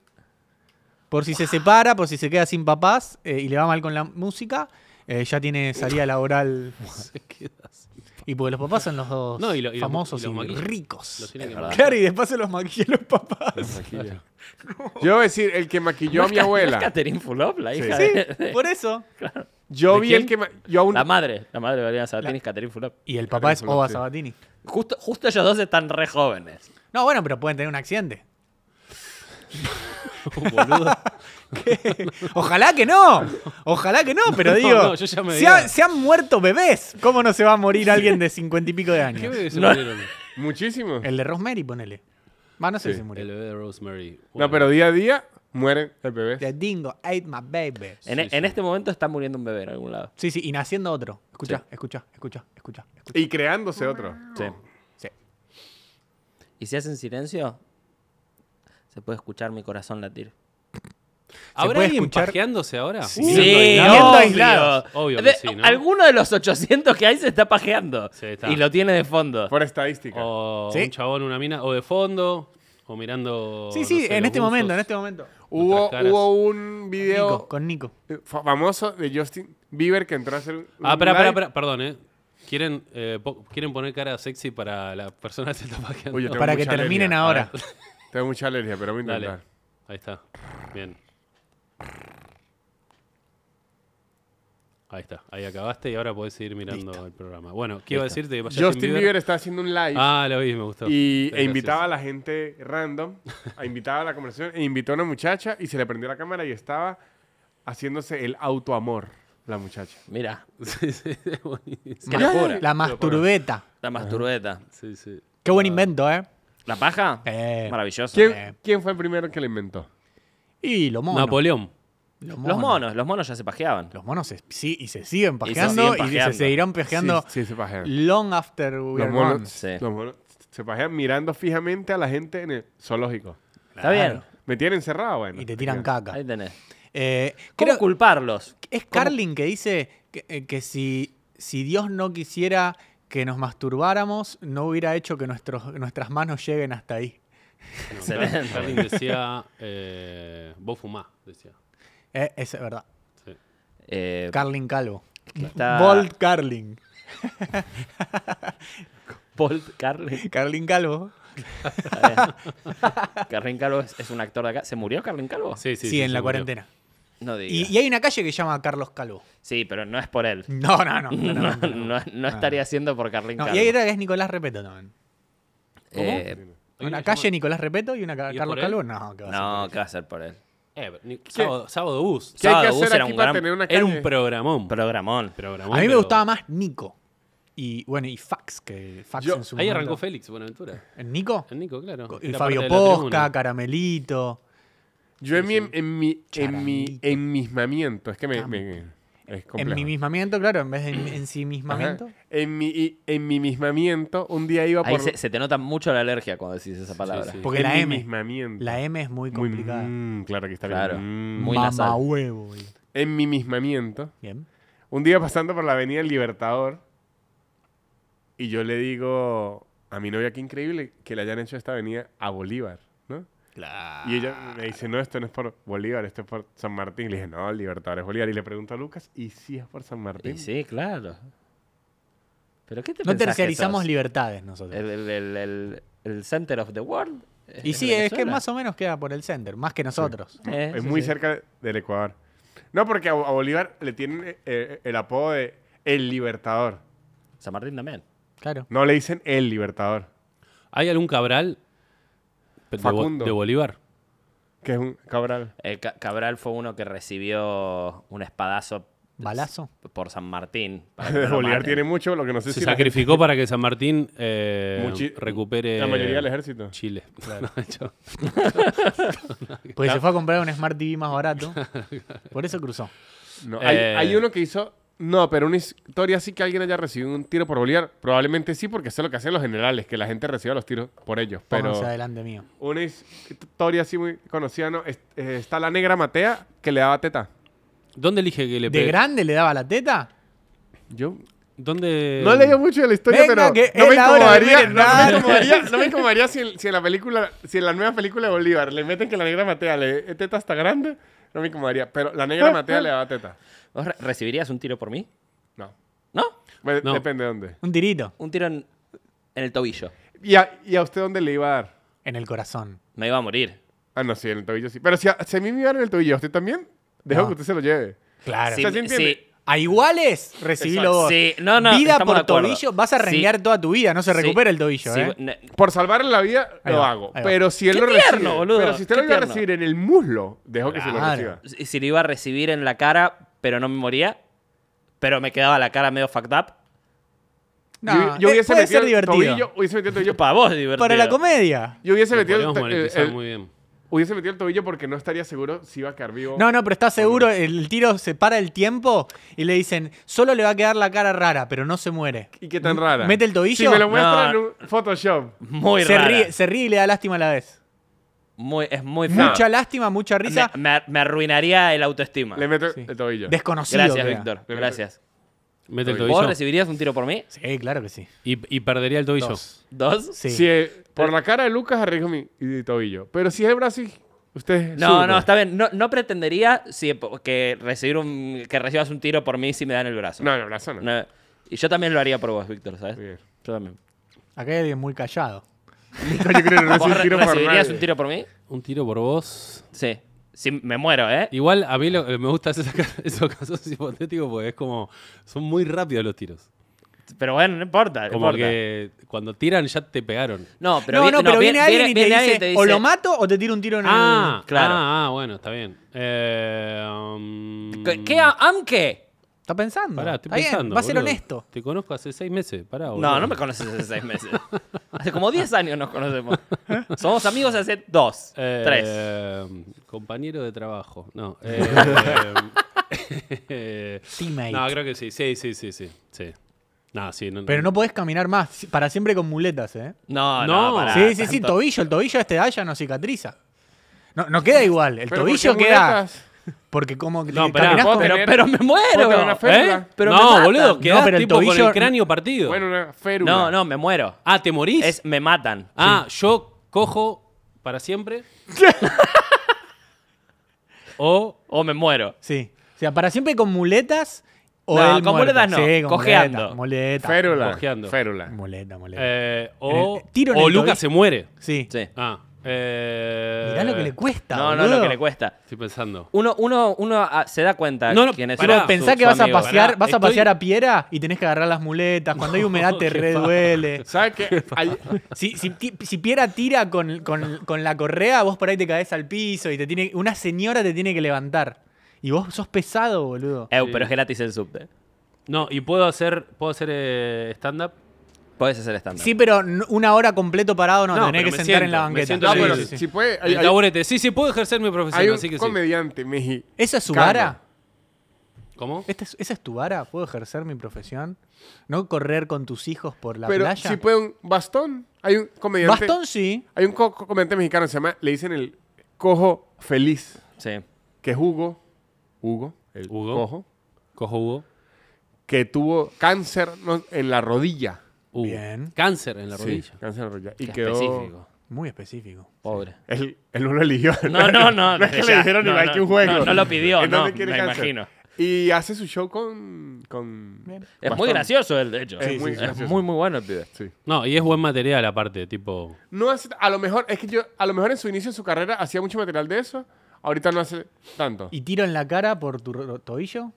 S1: Por si se separa, por si se queda sin papás eh, y le va mal con la música, eh, ya tiene salida laboral.
S3: Se queda así.
S1: Y porque los papás son los dos
S3: No, y lo- y los-
S1: famosos
S3: y los
S1: y,
S3: maquillan. Los
S1: ricos.
S3: tiene que
S2: verdad.
S3: maquillar.
S1: Claro, y después se los maquillan los papás.
S4: Yo voy a decir, el que maquilló a mi
S2: ¿No es
S4: abuela.
S2: Catherine Fulop, la hija
S1: Sí,
S2: de-
S1: por eso.
S4: Yo
S2: ¿De
S4: vi
S2: quién?
S4: el que ma- yo aún-
S2: La madre, la madre de Valeria Sabatini es Catherine Fulop.
S1: Y el papá es
S4: Caramba,
S1: Oba
S4: sí.
S1: Sabatini.
S2: Justo, justo ellos dos están re jóvenes.
S1: No, bueno, pero pueden tener un accidente.
S3: Boludo.
S1: Ojalá que no. Ojalá que no, pero
S3: No,
S1: digo.
S3: no, yo ya me
S1: se,
S3: digo.
S1: ha- se han muerto bebés. ¿Cómo no se va a morir alguien de cincuenta y pico de
S3: ¿Qué
S1: años?
S3: bebé se
S2: No.
S3: murieron?
S4: muchísimo.
S1: El de Rosemary, ponele. Va, no sé
S4: Sí.
S1: si murió.
S3: El bebé de Rosemary.
S4: No,
S3: Bueno,
S4: pero día a día mueren el
S1: De
S4: bebé.
S1: Dingo, ate my baby.
S2: En,
S3: Sí,
S2: en
S3: sí.
S2: este momento está muriendo un bebé en algún lado.
S1: Sí, sí, y naciendo otro. Escucha,
S2: Sí.
S1: escucha, escucha, escucha. escucha.
S4: Y creándose otro.
S2: Sí.
S1: Sí.
S2: Y si hacen silencio, se puede escuchar mi corazón latir.
S1: ¿Se
S3: ¿Habrá
S1: puede
S3: alguien
S1: escuchar?
S3: pajeándose ahora?
S1: Sí,
S3: Siendo aislado.
S1: viendo
S2: obvio.
S1: aislados.
S3: Obvio que
S2: De-
S3: sí, ¿no?
S2: Alguno de los 800 que hay se está pajeando.
S3: Sí, está.
S2: Y lo tiene de fondo.
S4: Por estadística.
S3: O
S1: Sí.
S3: un chabón, una mina, o de fondo, o
S4: Oh,
S3: mirando.
S1: Sí,
S3: no
S1: sí,
S3: sé,
S1: en
S3: los
S1: este
S3: buzos.
S1: momento, en este momento.
S4: Hubo,
S3: Nuestras caras.
S4: hubo un video
S1: Nico, con Nico.
S4: eh, fa- famoso de Justin Bieber que entró a hacer. un
S3: Ah, pará,
S4: live.
S3: pará, pará, perdón, ¿eh? ¿Quieren, eh, po- ¿Quieren poner cara sexy para la persona que se está pajeando?
S4: Oye, tengo
S1: Para que
S4: mucha
S1: terminen
S4: alergia.
S1: ahora.
S4: Tengo mucha alergia, pero voy a
S3: Dale.
S4: intentar.
S3: Ahí está. Bien. Ahí está. Ahí acabaste y ahora podés seguir mirando el programa. Bueno, ¿qué iba a decirte? Justin,
S4: Justin Bieber está haciendo un live.
S3: Ah, lo vi, me gustó.
S4: Y,
S3: Está
S4: e invitaba a
S3: gracioso.
S4: la gente random, a invitaba a la conversación, e invitó a una muchacha y se le prendió la cámara y estaba haciéndose el autoamor, la muchacha.
S2: Mira,
S3: Sí, sí, es buenísimo.
S2: qué locura.
S1: La masturbeta.
S2: La masturbeta.
S3: Sí, sí.
S1: Qué buen invento, ¿eh?
S2: ¿La paja?
S1: Eh.
S2: Maravilloso.
S4: ¿Quién,
S1: Eh.
S4: quién fue el primero que la inventó?
S1: Y los monos.
S3: Napoleón.
S1: los
S2: Los monos, los monos ya se pajeaban.
S1: Los monos se- sí, y se siguen
S2: se
S1: pajeando y,
S2: siguen
S1: se,
S2: pajeando.
S1: seguirán pajeando
S4: Sí, sí, se pajean.
S1: long after we
S4: Los
S1: are
S4: monos,
S1: gone.
S2: Sí.
S4: los monos se pajean mirando fijamente a la gente en el zoológico.
S2: Está bien.
S4: ¿Me tienen encerrado? Bueno.
S1: Y te tiran caca.
S2: Ahí tenés.
S1: Eh,
S2: ¿Cómo
S1: creo-
S2: culparlos?
S1: es Carlin que dice que, eh, que si, si Dios no quisiera que nos masturbáramos, no hubiera hecho que nuestros, nuestras manos lleguen hasta ahí.
S2: Excelente.
S3: Stalin decía, eh, vos fumás, decía.
S1: Eh, esa es verdad.
S3: Sí.
S2: Eh,
S1: Carlin Calvo.
S2: está-
S1: Bolt Carlin.
S2: Bolt Carlin.
S1: Carlin Calvo.
S2: Carlin Calvo es, es un actor de acá. ¿Se murió Carlin Calvo?
S3: Sí, sí,
S1: Sí,
S3: sí,
S1: en
S3: se
S1: la
S3: murió.
S1: cuarentena.
S2: No
S1: Y,
S2: digas.
S1: y hay una calle que se llama Carlos Calvo.
S2: Sí, pero no es por él.
S1: No, no, no. no,
S2: No,
S1: no, no.
S2: no- no estaría haciendo por Carlin
S1: No,
S2: Calvo.
S1: y ahí era que es Nicolás Repeto también.
S2: Eh,
S3: Hay
S1: Una
S3: que
S1: calle
S3: llamar-
S1: Nicolás Repeto y una ca-
S3: ¿Y es
S1: Carlos
S3: por él?
S1: Calvo. No, ¿qué va a ser?
S2: no, ¿qué va a hacer por él?
S3: Eh, pero ni- sábado, sábado bus.
S4: ¿Qué hay que
S2: Sábado Bus
S4: hacer
S2: era
S4: aquí
S2: un
S4: para
S2: gran-
S4: tener una calle?
S3: Era un programón.
S2: Programón.
S3: programón
S1: A mí me
S3: pero-
S1: gustaba más Nico. Y bueno, y Fax, que Fax
S4: Yo-
S1: en su
S3: Ahí
S1: momento-
S3: arrancó Félix Buenaventura.
S1: ¿En Nico?
S3: El Nico, claro.
S1: Y
S3: Era
S1: Fabio
S3: parte de la
S1: Posca,
S3: tribuna.
S1: Caramelito.
S4: Yo en mi, en mi, en mi
S1: Charanguito.
S4: enmismamiento, es que me, me- es complejo.
S1: En mi mismamiento, claro, en vez de en, en sí mismamiento.
S4: Ajá. En mi, y- en mi mismamiento, un día iba
S2: Ahí
S4: por...
S2: se, se te nota mucho la alergia cuando decís esa palabra.
S3: sí.
S1: Porque
S4: en
S1: la
S4: mi
S1: M.
S4: mismamiento.
S1: La M es muy
S4: Muy-
S1: complicada.
S4: mm, claro que está
S2: Claro.
S4: bien. Mm.
S2: Muy
S1: Mamá
S2: nasal.
S1: huevo. güey.
S4: En mi mismamiento,
S1: Bien.
S4: un día pasando por la avenida El Libertador, y yo le digo a mi novia, qué increíble que le hayan hecho esta avenida a Bolívar, ¿no?
S1: Claro.
S4: Y ella me dice, no, esto no es por Bolívar, esto es por San Martín. Y le dije, no, el Libertador es Bolívar. Y le pregunto a Lucas, ¿y si es por San Martín?
S2: Y sí, claro. ¿Pero qué te
S1: No
S2: pensás que
S1: terciarizamos
S2: sos?
S1: libertades nosotros.
S2: El, el- el- el- el center of the world.
S1: y sí, es que más o menos queda por el center, más que nosotros.
S2: Eh,
S4: Es
S2: sí,
S4: muy
S2: sí.
S4: cerca del Ecuador. No, porque a, a Bolívar le tienen eh, el apodo de El Libertador.
S2: San Martín también.
S1: Claro.
S4: No le dicen El Libertador,
S3: ¿Hay algún Cabral de, Bo-
S4: Facundo.
S3: de Bolívar?
S4: que es un cabral.
S2: Eh, Ca- Cabral fue uno que recibió un espadazo
S1: ¿Balazo?
S2: por San Martín. para que no lo
S4: Bolívar
S2: maten.
S4: tiene mucho, lo que no sé
S3: Se
S4: si la gente-
S3: sacrificó para que San Martín eh,
S4: Muchi-
S3: recupere
S4: la mayoría del ejército.
S3: Chile. No, yo-
S1: Porque se fue a comprar un Smart TV más barato. Por eso cruzó.
S4: No, hay,
S3: Eh.
S4: hay uno que hizo. No, pero una historia así que alguien haya recibido un tiro por Bolívar. Probablemente sí, porque eso es lo que hacen los generales, que la gente reciba los tiros por ellos. Pero
S1: Pónganse adelante mío.
S4: una historia así muy conocida, ¿no? Es- eh, está la negra Matea que le daba teta.
S3: ¿Dónde elige E que le
S1: ¿De
S3: pegue?
S1: grande le daba la teta?
S4: Yo
S3: ¿Dónde...
S4: no leí mucho de la historia,
S1: Eh, venga,
S4: pero
S1: que
S4: no me,
S1: es la hora de
S4: incomodaría,
S1: ver
S4: no, no me
S1: nada.
S4: incomodaría- no me incomodaría si, en- si en la película, si en la nueva película de Bolívar le meten que la negra Matea le dé teta hasta grande, no me incomodaría. Pero la negra Matea le daba teta.
S2: ¿Vos re- recibirías un tiro por mí?
S4: No.
S2: ¿No?
S4: Bueno,
S3: No.
S4: Depende de dónde.
S1: Un tirito
S2: Un tiro en, en el tobillo.
S4: ¿Y a, ¿Y a usted dónde le iba a dar?
S1: en el corazón.
S2: Me iba a morir.
S4: Ah, no, sí, en el tobillo sí. Pero si a, si a mí me iban en el tobillo, ¿a usted también? Dejo
S1: No.
S4: que usted se lo lleve.
S1: Claro.
S4: Sí. O sea, ¿se entiende?
S1: A iguales, recibilo
S2: Eso,
S1: vos.
S2: sí. No, no,
S1: vida
S2: estamos de
S1: por
S2: acuerdo.
S1: tobillo, vas a
S2: Sí.
S1: renguear toda tu vida, no se
S2: Sí.
S1: recupera el tobillo,
S2: Sí,
S1: ¿eh?
S2: ne-
S4: Por salvarle la vida,
S1: Ahí
S4: lo
S1: va,
S4: hago.
S1: ahí va.
S4: Pero si él
S2: Qué
S4: lo recibe.
S2: tierno, boludo,
S4: Pero si usted
S2: qué
S4: lo iba a
S2: tierno.
S4: recibir en el muslo, dejo que se lo
S1: Claro.
S4: reciba.
S2: si si lo iba a recibir en la cara, pero no me moría, pero me quedaba la cara medio fucked up.
S1: No,
S4: yo
S1: eh,
S4: hubiese
S1: puede
S4: metido
S1: ser
S4: el
S1: divertido.
S4: tobillo, hubiese metido el tobillo.
S2: Para vos, divertido.
S1: Para la comedia.
S4: Yo hubiese
S3: Lo
S4: metido el,
S3: podríamos
S4: to- el-
S3: monetizar
S4: el-
S3: muy bien.
S4: hubiese metido el tobillo porque no estaría seguro si iba a quedar vivo.
S1: No, no, pero está seguro, el tiro se para el tiempo y le dicen, solo le va a quedar la cara rara, pero no se muere.
S4: ¿Y qué tan rara?
S1: ¿Mete el tobillo?
S4: Si me lo
S2: No.
S4: muestran en un Photoshop.
S2: Muy
S1: se,
S2: rara.
S1: ríe, se ríe y le da lástima a la vez.
S2: Muy, es muy fea.
S1: Mucha lástima, mucha risa.
S2: Me, me- me arruinaría el autoestima.
S4: Le meto
S1: Sí.
S4: el tobillo.
S1: Desconocido.
S2: Gracias,
S1: queda.
S2: Víctor.
S4: Le-
S2: Gracias.
S3: Mete el
S2: ¿Vos
S3: tobillo.
S2: recibirías un tiro por mí?
S1: Sí, claro que sí.
S3: Y, y perdería el tobillo.
S1: Dos.
S2: ¿Dos?
S1: Sí.
S4: Si eh, por la cara de Lucas arriesgo mi mi tobillo. Pero si es el brazo, Usted
S2: No,
S4: zurdo.
S2: no, está bien. No, no pretendería si- que, recibir un, que recibas un tiro por mí si me dan el brazo.
S4: No, no, brazo no.
S2: No, Y yo también lo haría por vos, Víctor, ¿sabes?
S4: Bien.
S2: Yo también.
S1: Acá hay alguien muy callado.
S4: Yo creo que no
S2: ¿Vos
S4: es un
S2: re-
S4: tiro por
S2: recibirías
S4: nadie.
S2: un tiro por mí?
S3: Un tiro por vos.
S2: Sí. Sí, me muero, ¿eh?
S3: Igual a mí lo, me gusta esos, esos casos hipotéticos porque es como. Son muy rápidos los tiros.
S2: Pero bueno, no importa. no
S3: Como
S2: importa.
S3: que cuando tiran ya te pegaron.
S2: No, pero,
S1: no,
S2: vi-
S1: no, pero viene, alguien y te
S2: viene
S1: dice,
S2: alguien
S1: o lo mato o te tiro un tiro en
S3: Ah,
S2: claro.
S3: claro. Ah, ah, bueno, está bien. Eh, um,
S2: ¿Qué- ¿Qué? ¿Am qué?
S1: el... Está pensando.
S3: Pará, estoy
S1: Está bien,
S3: pensando.
S1: va a ser
S3: boludo.
S1: honesto.
S3: Te conozco hace seis meses. Pará, boludo.
S2: No, no me conoces hace seis meses. Hace como 10 años nos conocemos. Somos amigos hace dos,
S3: Eh,
S2: tres.
S3: Compañero de trabajo. No. eh,
S1: Teammate.
S3: no, creo que sí. Sí, sí, sí, sí. sí. No, sí, no,
S1: Pero no podés caminar más, si- para siempre con muletas, ¿eh?
S2: No, no,
S3: No.
S2: pará,
S1: sí, sí, sí,
S2: Ah, tanto.
S1: tobillo, el tobillo a esta edad ya no cicatriza. No, no queda igual, el
S4: Pero ¿por
S1: tobillo
S4: qué
S1: queda...
S4: muletas?
S1: Porque como que
S3: No,
S1: te
S3: pará,
S1: caminás
S4: vos
S1: con-
S2: Pero,
S4: tener-
S2: pero me
S4: ¿Puedo
S2: muero.
S4: tener una férula?
S2: ¿eh? Pero me
S3: no
S2: matan.
S3: boludo, quedás
S1: pero el
S3: tipo con
S1: tobillo-
S3: el cráneo partido.
S4: Bueno, una férula.
S2: No, no, me muero.
S3: ah, ¿te morís?
S2: Es me matan.
S3: ah, yo cojo para siempre. o
S2: O me muero.
S1: Sí. O sea, para siempre con muletas o
S2: No,
S1: él
S2: con
S1: muerto.
S2: muletas no,
S1: Sí, con
S2: cojeando.
S1: Muleta, muleta.
S4: Férula.
S3: Cojeando.
S4: Férula.
S1: Muleta, muleta.
S3: eh, o,
S1: En el- tiro en
S3: o
S1: el
S3: Lucas
S1: tobillo.
S3: se muere.
S1: sí.
S2: Sí.
S3: Ah, eh,
S1: Mirá lo que le cuesta,
S2: No, no, lo
S1: boludo.
S2: que le cuesta.
S3: Estoy pensando.
S2: Uno, uno, uno ah, se da cuenta
S3: No, no,
S2: quién es
S3: pará.
S2: su-
S1: Pensá
S2: su
S1: que vas a
S2: amigo.
S1: pasear,
S3: Pará,
S1: vas a
S3: estoy-
S1: pasear a piedra y tenés que agarrar las muletas. Cuando hay humedad te
S3: qué
S1: re duele.
S4: ¿Sabes qué? Hay-
S1: Si, si, ti- si Piera tira con, con- con la correa, vos por ahí te caes al piso y te tiene una señora te tiene que levantar. Y vos sos pesado, boludo.
S2: Ew, pero es gratis el subte.
S3: No, y puedo hacer, puedo hacer eh, stand-up.
S2: Podés hacer stand
S1: Sí, pero n- una hora completo parado no,
S3: No,
S1: tenés que
S3: pero me
S1: sentar en
S3: siento,
S1: la
S3: me
S1: banqueta.
S3: siento
S4: No,
S3: Sí,
S4: pero
S3: sí,
S4: si puede. Hay,
S3: El
S4: hay-
S3: taburete. Sí, sí, puedo ejercer mi profesión,
S4: hay un
S3: así que sí.
S4: comediante, Meji.
S1: ¿Esa es su
S4: Calma.
S1: vara?
S3: ¿Cómo?
S1: ¿Esta es- ¿Esa es tu vara? ¿Puedo ejercer mi profesión? ¿No correr con tus hijos por la
S4: Pero
S1: playa?
S4: si puede un bastón. Hay un comediante.
S1: Bastón sí.
S4: Hay un co- co- comediante mexicano, se llama, le dicen el cojo feliz,
S2: Sí.
S4: que es Hugo. Hugo, el
S3: Hugo.
S4: cojo.
S3: Cojo Hugo.
S4: Que tuvo cáncer no, en la rodilla.
S3: Hugo.
S1: Bien.
S3: Cáncer en la rodilla.
S4: Sí, cáncer en la rodilla. Y
S2: Qué
S4: quedó.
S2: específico.
S1: Muy específico.
S2: Pobre.
S4: Él, él no lo eligió.
S2: No, no, no,
S4: no es que
S2: ya,
S4: le dijeron
S2: no,
S4: igual
S2: no,
S4: que un juego.
S2: no, no lo pidió,
S4: Él no
S2: no,
S4: le quiere
S2: me
S4: cáncer.
S2: imagino.
S4: Y hace su show con. con
S1: Bien.
S2: Es
S4: bastón.
S2: muy gracioso él, de hecho.
S4: Es muy gracioso.
S2: muy, muy bueno el pibe.
S4: Sí.
S3: No, y es buen material aparte, tipo.
S4: No hace. A lo mejor, es que yo. A lo mejor en su inicio, en su carrera, hacía mucho material de eso. Ahorita no hace tanto.
S1: ¿Y tiro en la cara por tu ro- tobillo?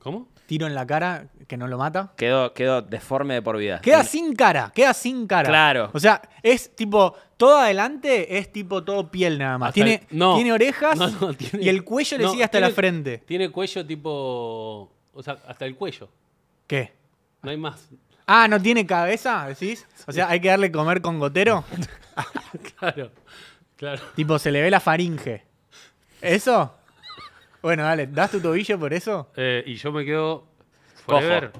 S3: ¿Cómo?
S1: ¿Tiro en la cara que no lo mata?
S2: Quedó, quedó deforme de por vida.
S1: Queda sin cara, queda sin cara.
S2: Claro.
S1: O sea, es tipo, todo adelante es tipo todo piel nada más.
S3: Hasta
S1: Tiene,
S3: el- no.
S1: tiene orejas
S3: No, no, tiene-
S1: y el cuello le
S3: no,
S1: sigue hasta
S3: tiene-
S1: la frente.
S3: Tiene cuello tipo. O sea, hasta el cuello.
S1: ¿Qué?
S3: No hay más.
S1: Ah, ¿no tiene cabeza? ¿Decís? O sea, hay que darle comer con gotero.
S3: Claro. Claro.
S1: tipo, se le ve la faringe. ¿Eso? Bueno, dale, ¿das tu tobillo por eso?
S3: Eh, y yo me quedo.
S2: Cojo.
S3: Forever.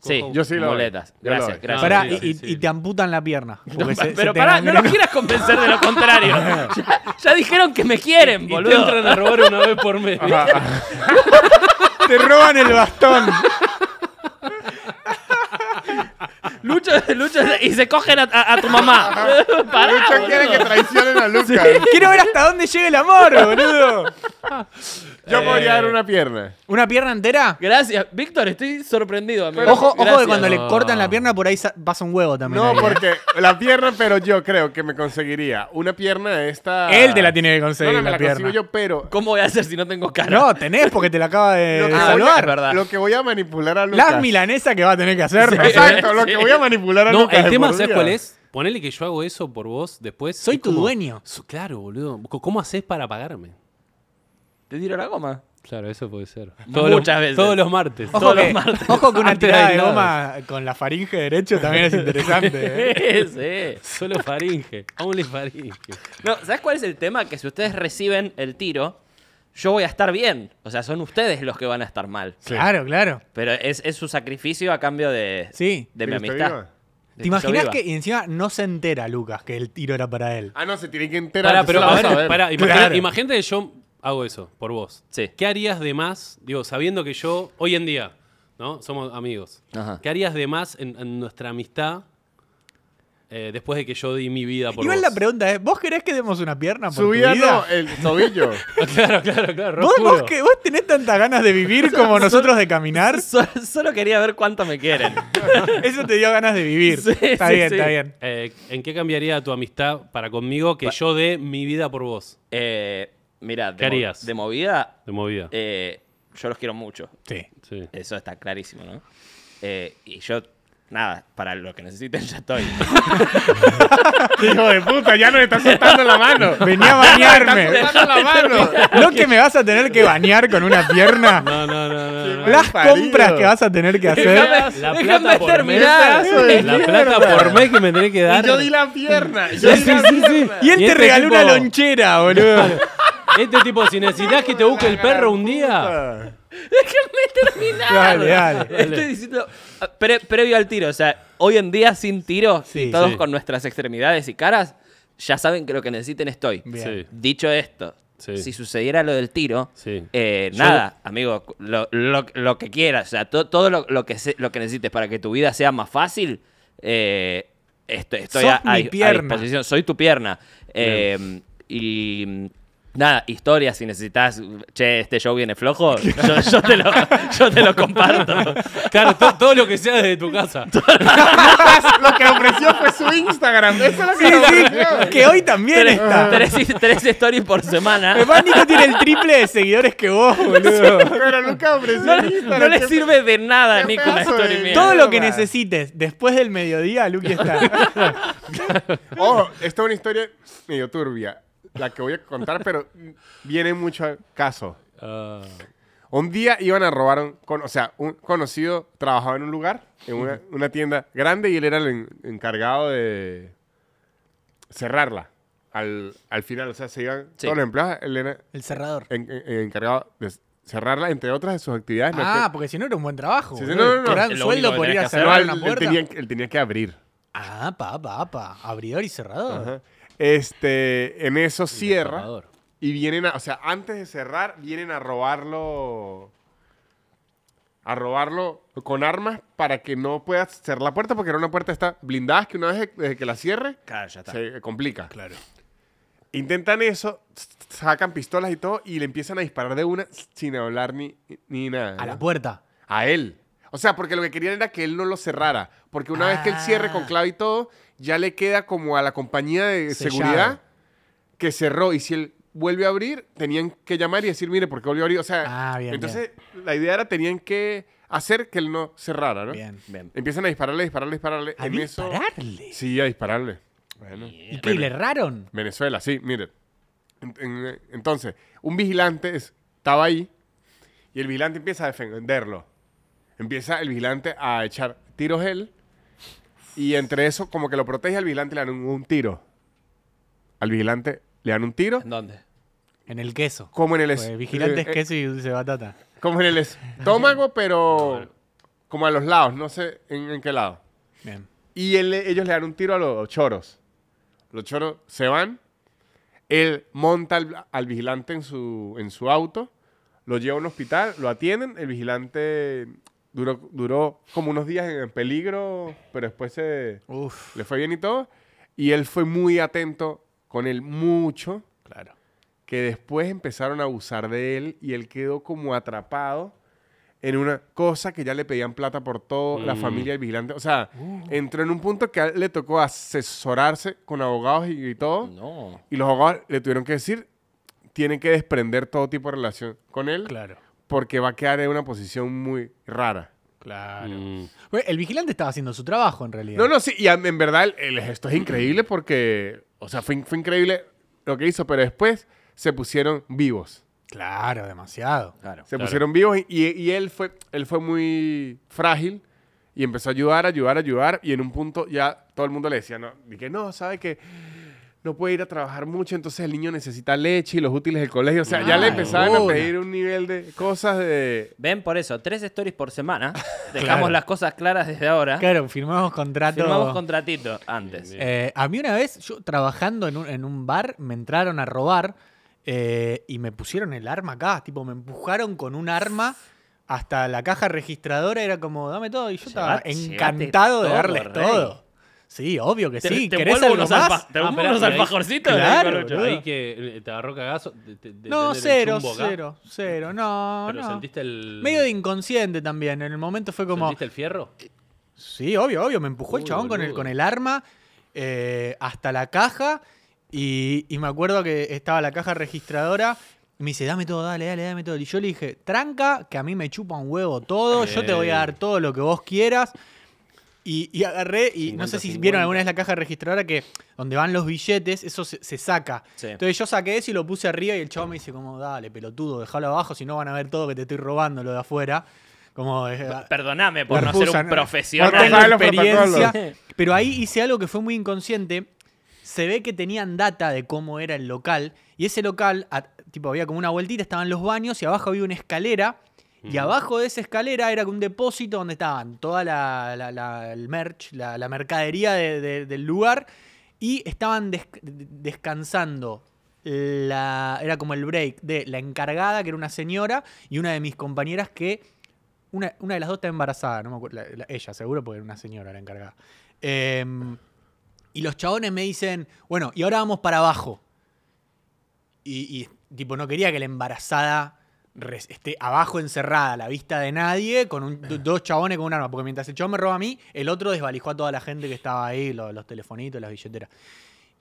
S2: Sí,
S3: Cojo.
S4: Yo sí lo
S2: Muletas.
S4: doy. Yo lo
S2: Gracias,
S4: doy.
S2: gracias.
S1: Pará,
S3: sí,
S1: y,
S3: sí,
S1: y-
S3: sí.
S1: y te amputan la pierna. porque se- se
S2: pero
S1: te
S2: pará, no
S1: gangrenó.
S2: lo quieras convencer de lo contrario. ya, ya dijeron que me quieren,
S3: Y te
S2: boludo.
S3: entran a robar una vez por mes.
S1: Te roban el bastón.
S2: Lucho, Lucho, y se cogen a, a- a tu mamá. Pará,
S4: Muchos quieren que
S2: boludo.
S4: traicionen a Lucas.
S1: Quiero ver hasta dónde llega el amor, boludo.
S4: Yo podría dar una pierna.
S1: ¿Una pierna entera?
S2: Gracias. Víctor, estoy sorprendido, amigo.
S4: Pero-
S1: Ojo, ojo
S2: Gracias.
S1: que cuando le cortan la pierna por ahí sa- pasa un huevo también.
S4: No,
S1: ahí, ¿eh?
S4: porque la pierna, pero yo creo que me conseguiría una pierna de esta.
S1: Él te la tiene que
S4: No,
S1: conseguir
S4: no, me
S1: la,
S4: la
S1: pierna.
S4: consigo yo, pero.
S2: ¿Cómo voy a hacer si no tengo cara?
S1: No, tenés porque te la acaba de
S4: Lo que,
S2: Ah,
S4: voy
S2: bueno, es
S1: Eh, salvar.
S2: verdad.
S4: a, lo que voy a manipular a Lucas.
S1: Las milanesas que va a tener que hacer. ¿no?
S4: Exacto, lo
S2: Sí.
S4: que voy a manipular a
S3: No,
S4: Lucas.
S3: el
S4: de
S3: tema,
S4: por
S3: ¿sabes
S4: vida.
S3: cuál es? Ponele que yo hago eso por vos después.
S1: Soy
S3: es
S1: tu dueño.
S3: So- Claro, boludo. Co- ¿Cómo haces para pagarme?
S2: Te tiro la goma.
S3: Claro, eso puede ser.
S2: Muchas
S3: los,
S2: veces.
S3: Todos los martes.
S1: Ojo,
S2: Todos los
S1: que,
S2: martes.
S1: ojo que una
S3: Antes de
S1: tirada de
S3: aislados.
S1: goma con la faringe derecho también es interesante. ¿eh?
S2: sí.
S3: Solo faringe. Only faringe.
S2: No, ¿sabes cuál es el tema? Que si ustedes reciben el tiro, yo voy a estar bien. O sea, son ustedes los que van a estar mal.
S1: Claro, claro.
S2: Pero es, es su sacrificio a cambio de,
S1: Sí.
S2: de
S4: ¿Sí
S2: mi
S4: que usted
S2: amistad.
S4: viva?
S2: De
S1: ¿Te imaginas
S2: yo
S1: que
S2: viva.
S1: y encima no se entera Lucas que el tiro era para él?
S4: Ah, no, se tiene que enterar.
S3: Pará,
S4: se
S3: pero
S4: la vas a
S3: pará,
S4: ver.
S3: pará, imagina-
S1: Claro.
S3: imagínate que yo hago eso por vos.
S2: Sí.
S3: ¿Qué harías de más, digo, sabiendo que yo, hoy en día, ¿no? Somos amigos.
S2: Ajá.
S3: ¿Qué harías de más en, en nuestra amistad? eh, después de que yo di mi vida por
S1: Igual
S3: vos.
S1: la pregunta es, ¿vos querés que demos una pierna por
S4: Su vida
S1: tu vida?
S4: no, el tobillo.
S3: Claro, claro, claro.
S1: ¿Vos,
S3: Roscuro.
S1: vos que, ¿Vos tenés tantas ganas de vivir como nosotros de caminar?
S2: Solo, solo quería ver cuánto me quieren.
S1: Eso te dio ganas de vivir.
S2: Sí,
S1: está
S2: sí,
S1: bien,
S2: sí.
S1: está bien.
S3: Eh, ¿En qué cambiaría tu amistad para conmigo que yo dé mi vida por vos?
S2: Eh, mirá, de,
S3: ¿Qué harías?
S2: mo- de movida,
S3: De movida.
S2: eh, yo los quiero mucho.
S1: Sí.
S3: Sí.
S2: Eso está clarísimo, ¿no? Eh, y yo, nada, para lo que necesiten ya estoy.
S4: Hijo de puta, ya nos está soltando la mano.
S1: Venía a
S4: Está
S1: bañarme.
S4: soltando la mano.
S1: ¿No que me vas a tener que bañar con una pierna?
S3: No, no, no, no. no.
S1: Las
S4: parido.
S1: compras que vas a tener que hacer.
S2: Déjame- déjame terminar.
S4: Pedazo de
S3: la
S4: mierda.
S3: plata por mes que me tenés que dar.
S4: Y yo di la pierna. Yo di la pierna.
S1: Y él
S3: Y
S1: te
S3: este
S1: regaló
S3: tipo-
S1: una lonchera, boludo.
S3: Este tipo, si necesitas que te busque el perro un día.
S2: Déjenme terminar.
S1: Dale, dale.
S2: Estoy diciendo ah, pre- previo al tiro, o sea, hoy en día sin tiro,
S1: Sí.
S2: y todos
S3: Sí.
S2: con nuestras extremidades y caras, ya saben que lo que necesiten estoy.
S1: Bien.
S3: Sí.
S2: Dicho esto,
S3: Sí.
S2: si sucediera lo del tiro,
S3: Sí.
S2: eh,
S3: Yo-
S2: nada, amigo, cu- lo, lo- lo que quieras, o sea, to- todo lo, lo que se- lo que necesites para que tu vida sea más fácil, eh, estoy, estoy
S1: Sos
S2: a,
S1: mi
S2: a- a
S1: pierna.
S2: disposición, soy tu pierna. Eh, y mm, nada, historia, si necesitas, che, este show viene flojo, yo, yo te, lo, yo te lo comparto.
S3: Claro, to- todo lo que sea desde tu casa.
S4: Lo que ofreció fue su Instagram. Eso es lo que
S1: Sí, sí,
S4: ofreció.
S1: que hoy también
S2: tres,
S1: está.
S2: tres- tres stories por semana.
S1: Además, Nico tiene el triple de seguidores que vos, boludo.
S4: Pero nunca ofreció
S2: No,
S4: un
S2: le-
S4: Instagram.
S2: no le
S4: Qué-
S2: sirve de nada,
S4: qué
S2: Nico, una
S4: pedazo de-
S2: story mía.
S1: Todo lo que
S4: Mierda.
S1: necesites después del mediodía, Luqui está.
S4: Ojo, esta es una historia medio turbia. La que voy a contar, pero viene mucho al caso.
S3: Ah,
S4: Un día iban a robar, un con- o sea, un conocido trabajaba en un lugar, en una, una tienda grande, y él era el en- encargado de cerrarla al, al final. O sea, se iban
S2: Sí.
S4: todos los empleados, él era
S1: El cerrador.
S4: en- en- el encargado de cerrarla, entre otras de sus actividades. no es
S1: Ah,
S4: que-
S1: porque si no era un buen trabajo.
S4: Sí, sí,
S1: boludo.
S4: no, no, no.
S1: Gran
S2: Es lo único
S1: sueldo
S2: que
S1: por
S2: tenés
S1: ir
S2: que
S1: a
S2: hacer.
S4: no,
S1: cerrar
S4: él-
S1: una
S4: él
S1: puerta.
S4: tenía, él tenía que abrir.
S1: Ah, pa, pa, pa. Abridor y cerrador.
S4: Ajá. Este, en eso cierra.
S3: Salvador.
S4: Y vienen a, o sea, antes de cerrar, vienen a robarlo. A robarlo con armas para que no pueda cerrar la puerta, porque era una puerta está blindada que una vez desde que la cierre
S2: Claro, ya está.
S4: se complica.
S1: Claro.
S4: Intentan eso, s- sacan pistolas y todo, y le empiezan a disparar de una sin hablar ni, ni nada.
S1: A la
S4: ¿no?
S1: puerta.
S4: A él. O sea, porque lo que querían era que él no lo cerrara. Porque una vez que él cierre con
S1: Ah.
S4: clave y todo, ya le queda como a la compañía de
S1: Sellado.
S4: seguridad que cerró. Y si él vuelve a abrir, tenían que llamar y decir, mire, ¿por qué volvió a abrir? O sea,
S1: Ah, bien,
S4: entonces la idea era tenían que hacer que él no cerrara, ¿no?
S1: Bien.
S2: Bien.
S4: Empiezan a dispararle, dispararle, dispararle.
S1: A
S4: en eso-
S1: dispararle.
S4: Sí, a dispararle. Bueno.
S1: ¿Y qué? ¿Y le erraron?
S4: Venezuela, sí, mire. En- en- Entonces, un vigilante es- estaba ahí y el vigilante empieza a defenderlo. Empieza el vigilante a echar tiros él y entre eso como que lo protege al vigilante le dan un, un tiro. Al vigilante le dan un tiro
S2: ¿En dónde?
S1: En el queso.
S4: como en el, es-
S1: Pues, vigilantes
S4: eh, eh,
S1: queso y dulce de batata.
S4: como en el estómago pero como a los lados, no sé en- en qué lado.
S1: Bien.
S4: Y él le- ellos le dan un tiro a los choros. Los choros se van. Él monta al, al vigilante en su, en su auto. Lo lleva a un hospital. Lo atienden. El vigilante duró, duró como unos días en peligro. Pero después se,
S1: Uf,
S4: le fue bien y todo. Y él fue muy atento con él mucho.
S1: claro.
S4: Que después empezaron a abusar de él. Y él quedó como atrapado en una cosa que ya le pedían plata por todo, la
S3: Mm.
S4: familia del vigilante. O sea, entró en un punto que a él le tocó asesorarse con abogados y, y todo.
S2: No.
S4: Y los abogados le tuvieron que decir, tienen que desprender todo tipo de relación con él
S1: Claro.
S4: porque va a quedar en una posición muy rara.
S1: Claro.
S3: Mm.
S1: Bueno, El vigilante estaba haciendo su trabajo en realidad.
S4: No, no, sí, y a- en verdad el, el gesto es increíble porque, o sea, fue, in- fue increíble lo que hizo, pero después se pusieron vivos.
S1: Claro, demasiado.
S2: Claro.
S4: Se
S3: Claro.
S4: pusieron vivos y, y- y él, fue, él fue muy frágil y empezó a ayudar, ayudar, ayudar. Y en un punto ya todo el mundo le decía, no, dije, no, sabe que no puede ir a trabajar mucho, entonces el niño necesita leche y los útiles del colegio. O sea, ya le
S1: Ah,
S4: empezaban a
S1: bueno.
S4: pedir un nivel de cosas de...
S2: Ven por eso, tres stories por semana. Dejamos
S1: Claro.
S2: las cosas claras desde ahora.
S1: Claro, firmamos contrato.
S2: Firmamos Ah, contratito antes.
S3: Bien, bien.
S1: Eh, a mí una vez, yo trabajando en un, en un bar, me entraron a robar eh, y me pusieron el arma acá. Tipo, me empujaron con un arma hasta la caja registradora. Era como, dame todo. Y yo estaba
S2: Llevate-
S1: encantado de
S2: llevate
S1: darles
S2: todo, rey.
S1: todo. Sí, obvio que
S2: Te-
S1: sí.
S2: te
S1: ¿Querés
S2: vuelvo
S1: algo
S2: unos
S1: más?
S2: alfa- te
S3: Ah,
S2: vuelvo
S3: pará,
S2: unos
S3: y ahí-
S2: alfajorcitos. le
S1: Claro,
S2: digo al ocho.
S1: boludo.
S3: Ahí que eh, te agarró cagazo. de- de- de
S1: No,
S3: tener el
S1: cero,
S3: chumbo acá,
S1: cero, cero. No,
S3: Pero
S1: no.
S3: sentiste el.
S1: Medio de inconsciente también. En el momento fue como.
S3: ¿Sentiste el fierro?
S1: Sí, obvio, obvio. Me empujó el
S3: Uy,
S1: chabón con el,
S3: boludo.
S1: con el arma eh, hasta la caja. Y, y me acuerdo que estaba la caja registradora. y Me dice, dame todo, dale, dale, dame todo. Y yo le dije, tranca, que a mí me chupa un huevo todo. Yo te voy a dar
S3: Ey.
S1: todo lo que vos quieras. Y, y agarré, y no sé si
S3: 50-50.
S1: vieron alguna vez la caja registradora que donde van los billetes, eso se, se saca.
S2: Sí.
S1: Entonces yo saqué eso y lo puse arriba y el chabón me dice como, dale, pelotudo, déjalo abajo, si no van a ver todo que te estoy robando lo de afuera. Como, eh,
S2: Perdoname por no ser
S1: Perfusa, ¿no? tengo
S2: un
S4: No te sabe
S2: profesional.
S4: los
S1: experiencia.
S2: protocolos.
S1: Pero ahí hice algo que fue muy inconsciente. Se ve que tenían data de cómo era el local. Y ese local, a- tipo, había como una vueltita, estaban los baños y abajo había una escalera. Y abajo de esa escalera era un depósito donde estaban toda la, la- la- el merch, la, la mercadería de- de- del lugar. Y estaban des- descansando. La, era como el break de la encargada, que era una señora, y una de mis compañeras que una, una de las dos está embarazada, no me acuerdo. la- la- ella, seguro, porque era una señora la encargada. Em, y los chabones me dicen, bueno, y ahora vamos para abajo. Y, y, tipo, no quería que la embarazada res- esté abajo encerrada a la vista de nadie, con un- do- dos chabones con un arma. Porque mientras el chabón me roba a mí, el otro desvalijó a toda la gente que estaba ahí, lo- los telefonitos, las billeteras.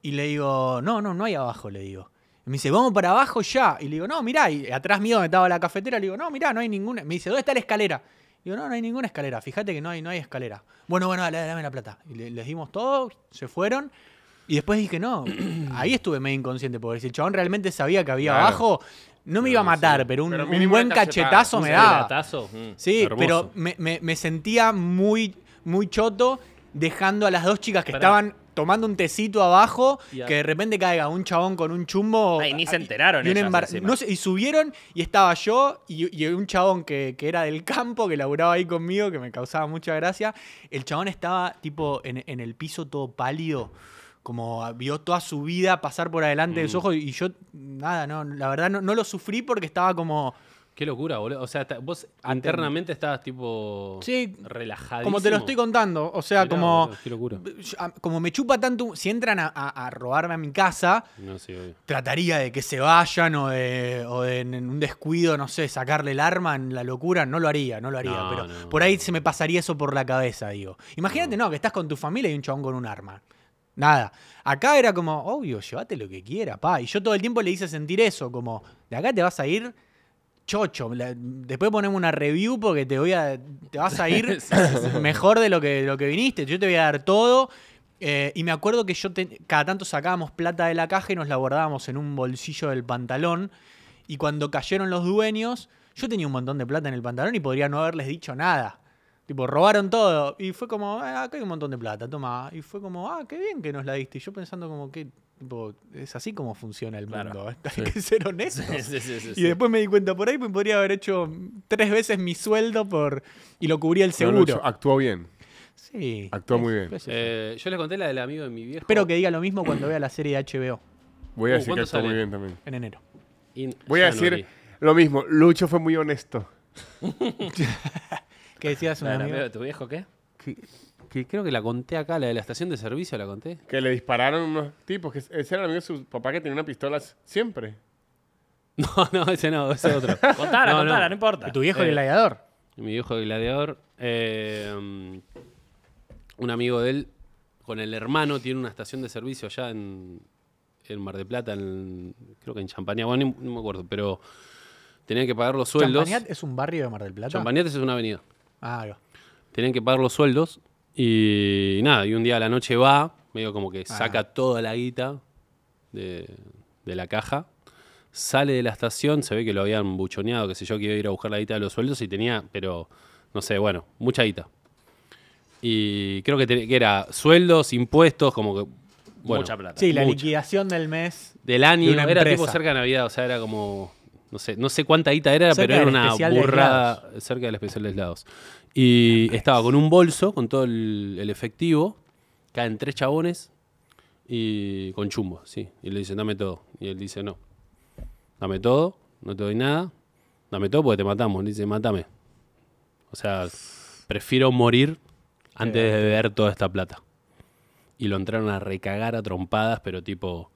S1: Y le digo, no, no, no hay abajo, le digo. Y me dice, vamos para abajo ya. Y le digo, no, mirá. Y atrás mío donde estaba la cafetera, le digo, no, mirá, no hay ninguna. Me dice, ¿dónde está la escalera? Y digo, no, no hay ninguna escalera. Fíjate que no hay, no hay escalera. Bueno, bueno, dale, dame la plata. Y le- les dimos todo, se fueron. Y después dije, no, ahí estuve medio inconsciente, porque si el chabón realmente sabía que había
S4: Claro.
S1: abajo, no me iba a matar, pero un,
S4: Pero
S1: un
S4: mínimo
S1: buen
S4: una cachetada,
S1: cachetazo
S3: Un
S1: me daba.
S3: celatazo.
S2: Mm.
S1: Sí,
S3: Hermoso.
S1: pero me, me- me sentía muy, muy choto dejando a las dos chicas que
S3: Pará.
S1: estaban tomando un tecito abajo,
S3: Y a-
S1: que de repente caiga un chabón con un chumbo.
S2: Ay, ni se
S1: a-
S2: enteraron
S1: y un
S2: ellas
S1: embar-
S2: encima.
S1: no sé, y subieron y estaba yo y, y un chabón que, que era del campo, que laburaba ahí conmigo, que me causaba mucha gracia. El chabón estaba tipo en, en el piso todo pálido. Como vio toda su vida pasar por adelante
S2: Mm.
S1: de sus ojos y yo, nada, no, la verdad no, no lo sufrí porque estaba como,
S3: Qué locura, boludo. O sea, ta- vos internamente estabas tipo.
S1: Sí,
S3: Relajadísimo.
S1: como te lo estoy contando, o sea,
S3: Mirá,
S1: como...
S3: boludo, qué locura.
S1: Yo, a- como me chupa tanto, si entran a, a- a robarme a mi casa,
S3: No, sí, obvio.
S1: trataría de que se vayan o de, o de en un descuido, no sé, sacarle el arma en la locura. No lo haría, no lo haría.
S3: No,
S1: pero
S3: no.
S1: por ahí se me pasaría eso por la cabeza, digo. Imagínate, no. que estás con tu familia y un chabón con un arma. Nada. Acá era como, obvio, llévate lo que quiera, pa. Y yo todo el tiempo le hice sentir eso, como, de acá te vas a ir chocho. La- después ponemos una review porque te voy a. te vas a ir mejor de lo que, de lo que viniste. Yo te voy a dar todo. Eh, y me acuerdo que yo te- cada tanto sacábamos plata de la caja y nos la guardábamos en un bolsillo del pantalón. Y cuando cayeron los dueños, yo tenía un montón de plata en el pantalón y podría no haberles dicho nada. Tipo, robaron todo. Y fue como, "Ah, acá hay un montón de plata, toma. Y fue como, ah, qué bien que nos la diste. Y yo pensando como que, tipo, es así como funciona el
S2: Claro.
S1: mundo. Hay que ser honestos.
S2: Sí, sí, sí,
S1: Y
S2: sí.
S1: después me di cuenta por ahí, me podría haber hecho tres veces mi sueldo por y lo cubría el seguro.
S4: Actuó bien.
S1: Sí.
S4: Actuó muy bien.
S1: Qué sé yo.
S3: Eh, yo les conté la del amigo de mi viejo.
S1: Espero que diga lo mismo cuando vea la serie de HBO
S4: Voy a
S3: Uh,
S4: decir que
S3: ¿cuánto
S4: actuó muy
S3: sale?
S4: bien también.
S1: en enero.
S3: In-
S4: Voy a
S3: January.
S4: decir lo mismo. Lucho fue muy honesto.
S1: ¿Qué decías un
S3: Ah,
S2: ¿La del
S1: amigo?
S2: amigo de tu viejo qué?
S3: Que, que creo que la conté acá, la de la estación de servicio la conté.
S4: Que le dispararon unos tipos. Que ese era el amigo de su papá que tenía una pistola siempre.
S3: No, no, ese no, ese otro.
S2: Contala,
S3: No, no.
S2: contala, no, importa.
S1: ¿Y tu viejo
S3: Eh,
S1: gladiador?
S3: Mi viejo gladiador. eh, um, un amigo de él, con el hermano, tiene una estación de servicio allá en, en Mar de Plata, en- creo que en Champaña, bueno, ni- no me acuerdo, pero tenían que pagar los sueldos.
S1: ¿Champagnat es un barrio de Mar del Plata?
S3: Champañat es una avenida.
S1: Ah, ahí va.
S3: Tenían que pagar los sueldos y nada, y un día a la noche va, medio como
S1: Ah.
S3: que saca toda la guita de, de la caja, sale de la estación, se ve que lo habían buchoneado, que sé yo, que iba a ir a buscar la guita de los sueldos y tenía, pero no sé, bueno, mucha guita. Y creo que, te- que era sueldos, impuestos, como que... Bueno,
S2: Mucha plata.
S1: Sí, la
S3: mucha.
S1: liquidación del mes.
S3: Del año,
S1: De una
S3: era
S1: empresa.
S3: tipo cerca de Navidad, o sea, era como. No sé, no sé cuánta guita era,
S1: Cerca
S3: pero era
S1: del
S3: una
S1: especial de
S3: burrada cerca del especial de aislados. Y estaba con un bolso, con todo el, el efectivo, caen tres chabones y con chumbo, sí. Y le dicen, dame todo. Y él dice, no. Dame todo, no te doy nada. Dame todo porque te matamos. Le dice, matame. O sea, prefiero morir antes de beber toda esta plata. y lo entraron a recagar a trompadas, pero tipo.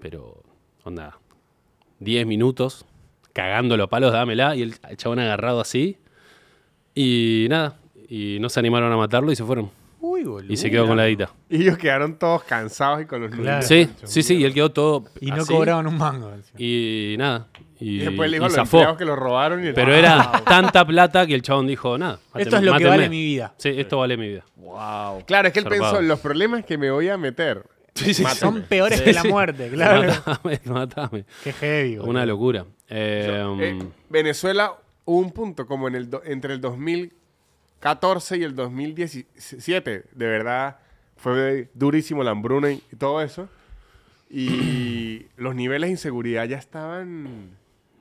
S3: Pero. Onda. 10 minutos cagándolo a palos, dámela. Y el el chabón agarrado así. Y nada. Y no se animaron a matarlo y se fueron.
S1: Uy, boludo.
S3: Y se quedó con la guita.
S4: Y ellos quedaron todos cansados y con los
S5: Claro.
S4: lunes.
S3: Sí, sí, sí. Y él quedó todo.
S1: Y no
S3: así,
S1: cobraban un mango.
S3: Y nada. Y,
S4: Y después le dijo
S3: y
S4: a los
S3: zafó.
S4: empleados que Ah, lo robaron. Y
S3: Pero era tanta plata que el chabón dijo, nada.
S1: Esto es lo que
S3: mátenme.
S1: vale mi vida.
S3: Sí, esto vale mi vida.
S2: Wow.
S4: Claro, es que él
S3: Zarpado.
S4: pensó, los problemas que me voy a meter.
S1: Son peores que la muerte, claro.
S3: Matame, matame.
S5: Qué heavy, boludo.
S3: Una locura. Eh,
S4: Eh, Venezuela hubo un punto como en el do- entre el 2014 y el 2017, de verdad fue durísimo la hambruna y todo eso. Y los niveles de inseguridad ya estaban,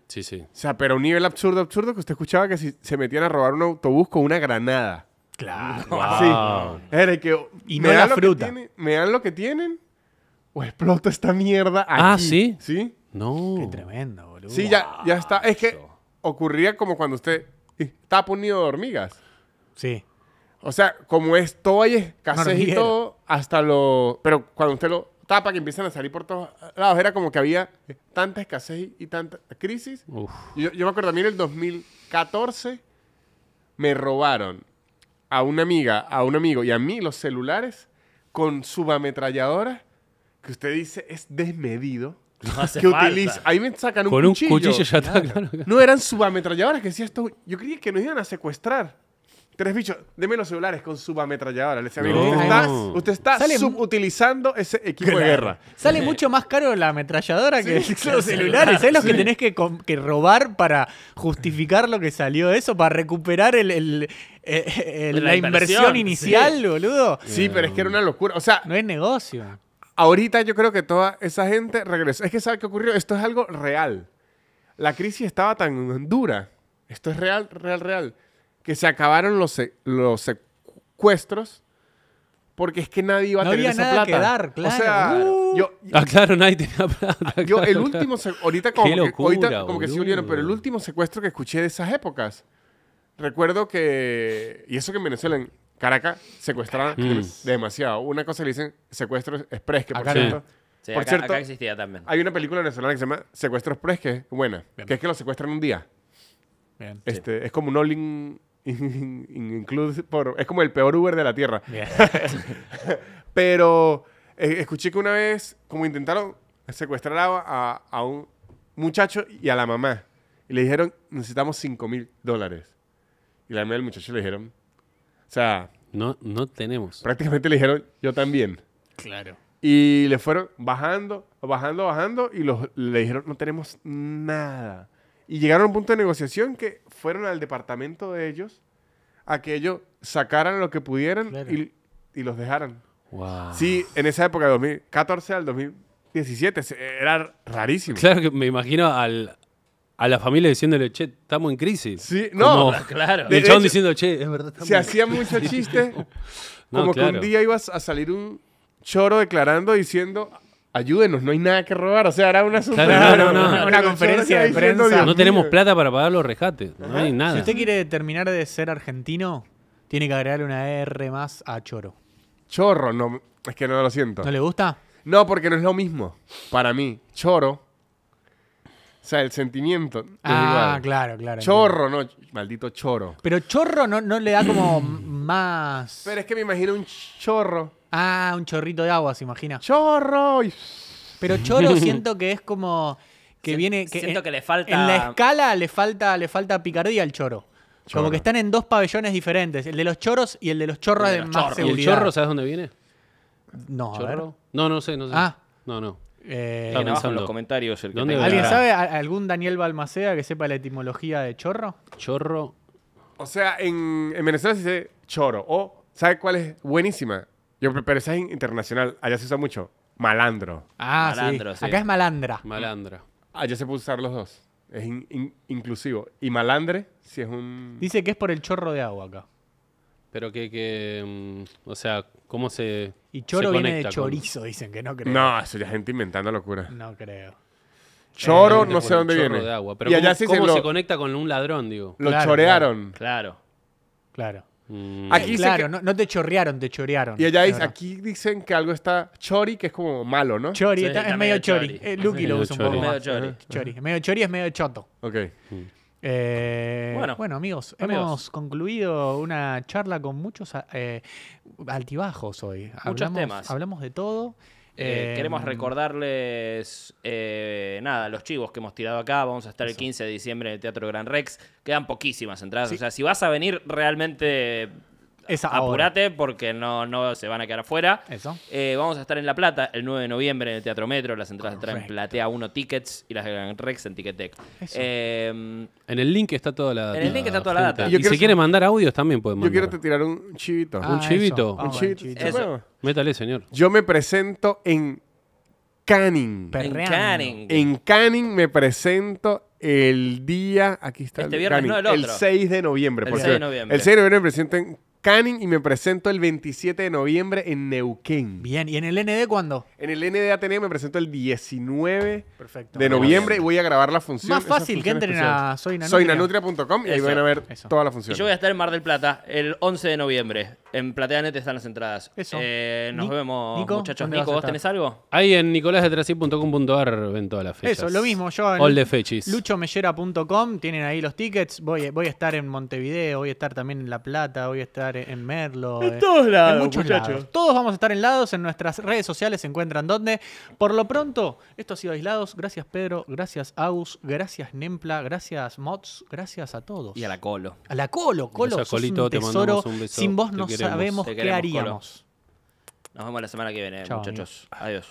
S3: Sí, sí.
S4: o sea, pero a un nivel absurdo absurdo que usted escuchaba que si se metían a robar un autobús con una granada.
S1: Claro.
S3: Wow.
S4: Así. Era que
S1: Ah. Y
S4: me
S1: no
S4: dan
S1: la
S4: lo que
S1: fruta.
S4: tienen- me dan lo que tienen o exploto esta mierda aquí.
S3: Ah, ¿sí?
S4: Sí.
S1: Qué
S3: No.
S1: tremendo, boludo.
S4: Sí, ya, ya está. Es que ocurría como cuando usted eh, tapa un nido de hormigas.
S1: Sí.
S4: O sea, como es todo hay escasez y
S1: Hormiguero.
S4: todo, hasta lo. Pero cuando usted lo tapa, que empiezan a salir por todos lados, era como que había tanta escasez y tanta crisis.
S3: Uf.
S4: Yo, yo me acuerdo, a mí en el 2014 me robaron a una amiga, a un amigo y a mí los celulares con subametralladoras que usted dice es desmedido.
S2: No hace
S4: que
S2: falta.
S4: utiliza. Ahí me sacan un
S3: Con un cuchillo,
S4: cuchillo.
S3: ya está, claro.
S4: No eran subametralladoras que decía esto. Yo creía que nos iban a secuestrar. Tres bichos, deme los celulares con subametralladoras. Le decía, mire,
S3: No.
S4: usted está, usted está
S1: Sale-
S4: subutilizando ese equipo de guerra.
S1: Sale mucho más caro la ametralladora que
S4: Sí, claro,
S1: los celulares.
S4: sí.
S1: Es lo que tenés que, com- que robar para justificar lo que salió eso, para recuperar el, el- eh, eh,
S2: La
S1: la,
S2: inversión,
S1: inversión inicial,
S2: sí.
S1: boludo.
S4: Sí, pero es que era una locura. O sea,
S1: No es negocio.
S4: ahorita yo creo que toda esa gente regresó. Es que ¿sabe qué ocurrió? Esto es algo real. La crisis estaba tan dura. Esto es real, real, real. Que se acabaron los, se- los secuestros porque es que nadie iba a
S1: No
S4: tener
S1: había
S4: esa
S1: nada
S4: plata.
S1: que dar, claro.
S4: O sea,
S1: Uh.
S4: yo,
S3: Ah, claro, nadie tenía plata.
S4: Yo, el
S3: claro,
S4: último. se- Ahorita como,
S3: Qué
S4: que- ahorita
S3: locura,
S4: como que sí
S3: boludo.
S4: volvieron, pero el último secuestro que escuché de esas épocas. Recuerdo que. Y eso que en Venezuela, en Caracas, secuestraban demasiado. Una cosa que le dicen secuestro express, que por
S1: Acá
S3: no.
S4: cierto.
S2: Sí,
S4: por
S2: acá,
S4: cierto,
S2: acá existía también.
S4: hay una película venezolana que se llama Secuestro Express, que es buena. Que es que lo secuestran un día.
S1: Bien.
S4: Este, Es como un all in- in- in- include por- es como el peor Uber de la Tierra.
S1: Bien.
S4: Pero eh, escuché que una vez, como intentaron secuestrar a, a- a un muchacho y a la mamá. Y le dijeron, necesitamos 5 mil dólares. Y la mamá del muchacho le dijeron, o sea,
S3: No, no tenemos.
S4: prácticamente le dijeron, yo también.
S1: Claro.
S4: Y le fueron bajando, bajando, bajando. Y los, le dijeron, no tenemos nada. Y llegaron a un punto de negociación que fueron al departamento de ellos a que ellos sacaran lo que pudieran
S5: Claro.
S4: y- y los dejaran.
S3: Wow.
S4: Sí, en esa época, de 2014 al 2017, se- era rarísimo.
S3: Claro que me imagino al, a la familia diciéndole, che, estamos en crisis.
S4: Sí, no,
S3: Como-
S2: Claro.
S3: Y
S4: De-
S3: el chabón
S4: hecho-
S3: diciendo, che, es verdad, estamos
S4: Se hacía mucho chiste,
S3: No,
S4: como que
S3: claro.
S4: un día ibas a salir un choro declarando, diciendo, ayúdenos, no hay nada que robar. O sea, era una... super-
S3: Claro, no, no, no.
S1: Una
S4: El choro
S1: conferencia
S4: estaba
S1: de
S4: diciendo,
S1: prensa.
S4: "Dios
S3: No tenemos
S4: mío".
S3: plata para pagar los rescates. No hay nada.
S1: Si
S4: Ah.
S1: usted quiere terminar de ser argentino, tiene que agregarle una R más a Choro.
S4: Chorro, no, es que no lo siento.
S1: ¿No le gusta?
S4: No, porque no es lo mismo. Para mí, choro, o sea, el sentimiento no es
S1: Ah,
S4: igual.
S1: claro, claro.
S4: Chorro, no, maldito choro.
S1: entiendo. Pero chorro no, no le da como más.
S4: Pero es que me imagino un chorro.
S1: Ah, un chorrito de agua, se imagina.
S4: ¡Chorro! y-
S1: Pero choro siento que es como que
S2: Si-
S1: viene que
S2: siento
S1: en,
S2: que le falta-
S1: en la escala le falta le falta picardía al choro.
S4: Choro.
S1: Como que están en dos pabellones diferentes, el de los choros y el de los chorros
S2: El
S1: de,
S2: de los
S1: más
S2: chorros.
S3: ¿Y el
S1: seguridad.
S3: chorro, sabes dónde viene?
S1: No, a ver.
S3: ¿Chorro? No, no sé, no sé.
S1: Ah.
S3: No, no.
S1: Eh,
S2: Dejen abajo
S3: Está
S2: en
S3: pensando.
S2: los comentarios el que
S3: ¿Dónde
S2: tenga.
S3: verá?
S1: ¿Alguien
S3: Claro.
S1: sabe a- algún Daniel Balmaceda que sepa la etimología de chorro?
S3: Chorro.
S4: O sea, en, en Venezuela se dice choro. O, ¿sabe cuál es buenísima? Yo, pero esa es internacional. Allá se usa mucho. Malandro.
S1: Ah,
S2: Malandro,
S1: sí.
S2: sí.
S1: Acá es malandra.
S3: Malandra.
S4: Allá se puede usar los dos. Es in- in- inclusivo. Y malandre, si es un...
S1: Dice que es por el chorro de agua acá.
S3: Pero que, que mm, o sea, ¿cómo se
S1: Y choro
S3: se
S1: viene de
S3: conecta con-
S1: chorizo, dicen que no creo.
S4: No, eso ya es gente inventando locura.
S1: No creo.
S4: Choro,
S3: Por
S4: no sé
S3: el
S4: dónde
S3: chorro
S4: viene.
S3: de agua. Pero
S4: y
S3: ¿cómo,
S4: allá se
S3: cómo
S4: dicen lo,
S3: se conecta con un ladrón, digo?
S4: lo
S1: Claro,
S4: chorearon.
S2: Claro.
S1: Claro.
S3: Mm.
S4: Aquí dice
S1: claro,
S4: que-
S1: no, no te chorrearon, te chorearon.
S4: Y allá dice,
S1: Claro.
S4: aquí dicen que algo está chori, que es como malo, ¿no?
S1: Chori,
S2: Sí,
S1: está- es
S2: está
S1: medio
S2: medio
S1: chori.
S2: chori.
S1: Eh, Lucky lo
S3: Medio
S1: usa un
S3: chori.
S1: poco
S2: Medio
S1: más.
S2: chori.
S1: Ajá. Chori. Medio chori es medio choto.
S4: Ok.
S1: Eh, bueno,
S2: Bueno.
S1: amigos,
S2: Amigos.
S1: hemos concluido una charla con muchos a- eh, altibajos hoy. hablamos,
S2: temas.
S1: Hablamos de todo. Eh,
S2: Eh, queremos recordarles eh, nada, los chivos que hemos tirado acá. Vamos a estar el 15 de diciembre en el Teatro Gran Rex. Quedan poquísimas entradas. O sea, si vas a venir realmente
S1: Es ahora.
S2: apurate porque no, no se van a quedar afuera.
S1: Eso.
S2: Eh, vamos a estar en La Plata el 9 de noviembre en el Teatro Metro. Las entradas están en
S1: Correcto.
S2: Platea 1 Tickets y las de Gran Rex en Ticketek.
S1: Eso.
S2: Eh,
S3: En el link está toda la data.
S2: En el link está toda la
S3: gente.
S2: data.
S3: Y,
S4: Yo
S3: si
S4: quiero-
S3: quiere mandar audios también puede
S4: Yo
S3: mandar.
S4: quiero te tirar un chivito.
S1: Ah, eso.
S3: chivito.
S1: Vamos
S4: un
S1: con el
S4: chivito.
S2: Eso.
S4: Bueno,
S3: Métale, señor.
S4: Yo me presento en Canning.
S1: Per-
S2: en
S1: Perreando.
S2: Canning.
S4: En Canning me presento el día. Aquí está.
S2: Este viernes,
S4: Canning,
S2: no, el otro.
S4: 6 de noviembre.
S2: El
S4: porque
S2: 6 de noviembre.
S4: El 6 de noviembre me presento en Canning y me presento el 27 de noviembre en Neuquén.
S1: Bien, ¿y en el ND cuándo?
S4: En el NDA Ateneo me presento el 19
S1: Perfecto.
S4: de noviembre y voy a grabar la función.
S1: Más
S4: esas
S1: fácil que
S4: funciones
S1: entren
S4: especiales.
S1: a Soy Nanutria.
S4: soynanutria.com y ahí
S2: Eso,
S4: van a ver
S1: eso.
S4: todas las
S2: Y
S4: funciones.
S2: yo voy a estar en Mar del Plata el 11 de noviembre. En Plateanet están las entradas.
S1: Eso.
S2: Eh, nos
S1: Ni-
S2: vemos,
S1: Nico,
S2: muchachos.
S1: ¿dónde vas
S2: Nico,
S1: a
S2: ¿vos
S1: estar?
S2: tenés algo?
S3: Ahí en nicolásdetrasí.com.ar ven todas las fechas.
S1: Eso, lo mismo. Yo en
S3: All the fechis.
S1: luchomellera.com tienen ahí los tickets. Voy, voy a estar en Montevideo, voy a estar también en La Plata, voy a estar en Merlo. eh, En
S2: todos lados,
S1: muchos
S2: muchachos.
S1: lados. Todos vamos a estar en lados. En nuestras redes sociales se encuentran donde. Por lo pronto, esto ha sido Aislados. Gracias, Pedro. Gracias, Agus. Gracias, Nempla. Gracias, Mods. Gracias a todos.
S2: Y a la colo.
S1: A la Colo. Colo,
S3: Gracias,
S1: sos un
S3: Colito, te
S1: tesoro.
S3: mandamos un beso.
S1: Sin vos
S3: Te
S1: no
S3: queremos.
S1: sabemos
S2: Te
S1: qué
S2: queremos, Colo.
S1: haríamos.
S2: Nos vemos la semana que viene,
S1: Chao,
S2: muchachos. Adiós.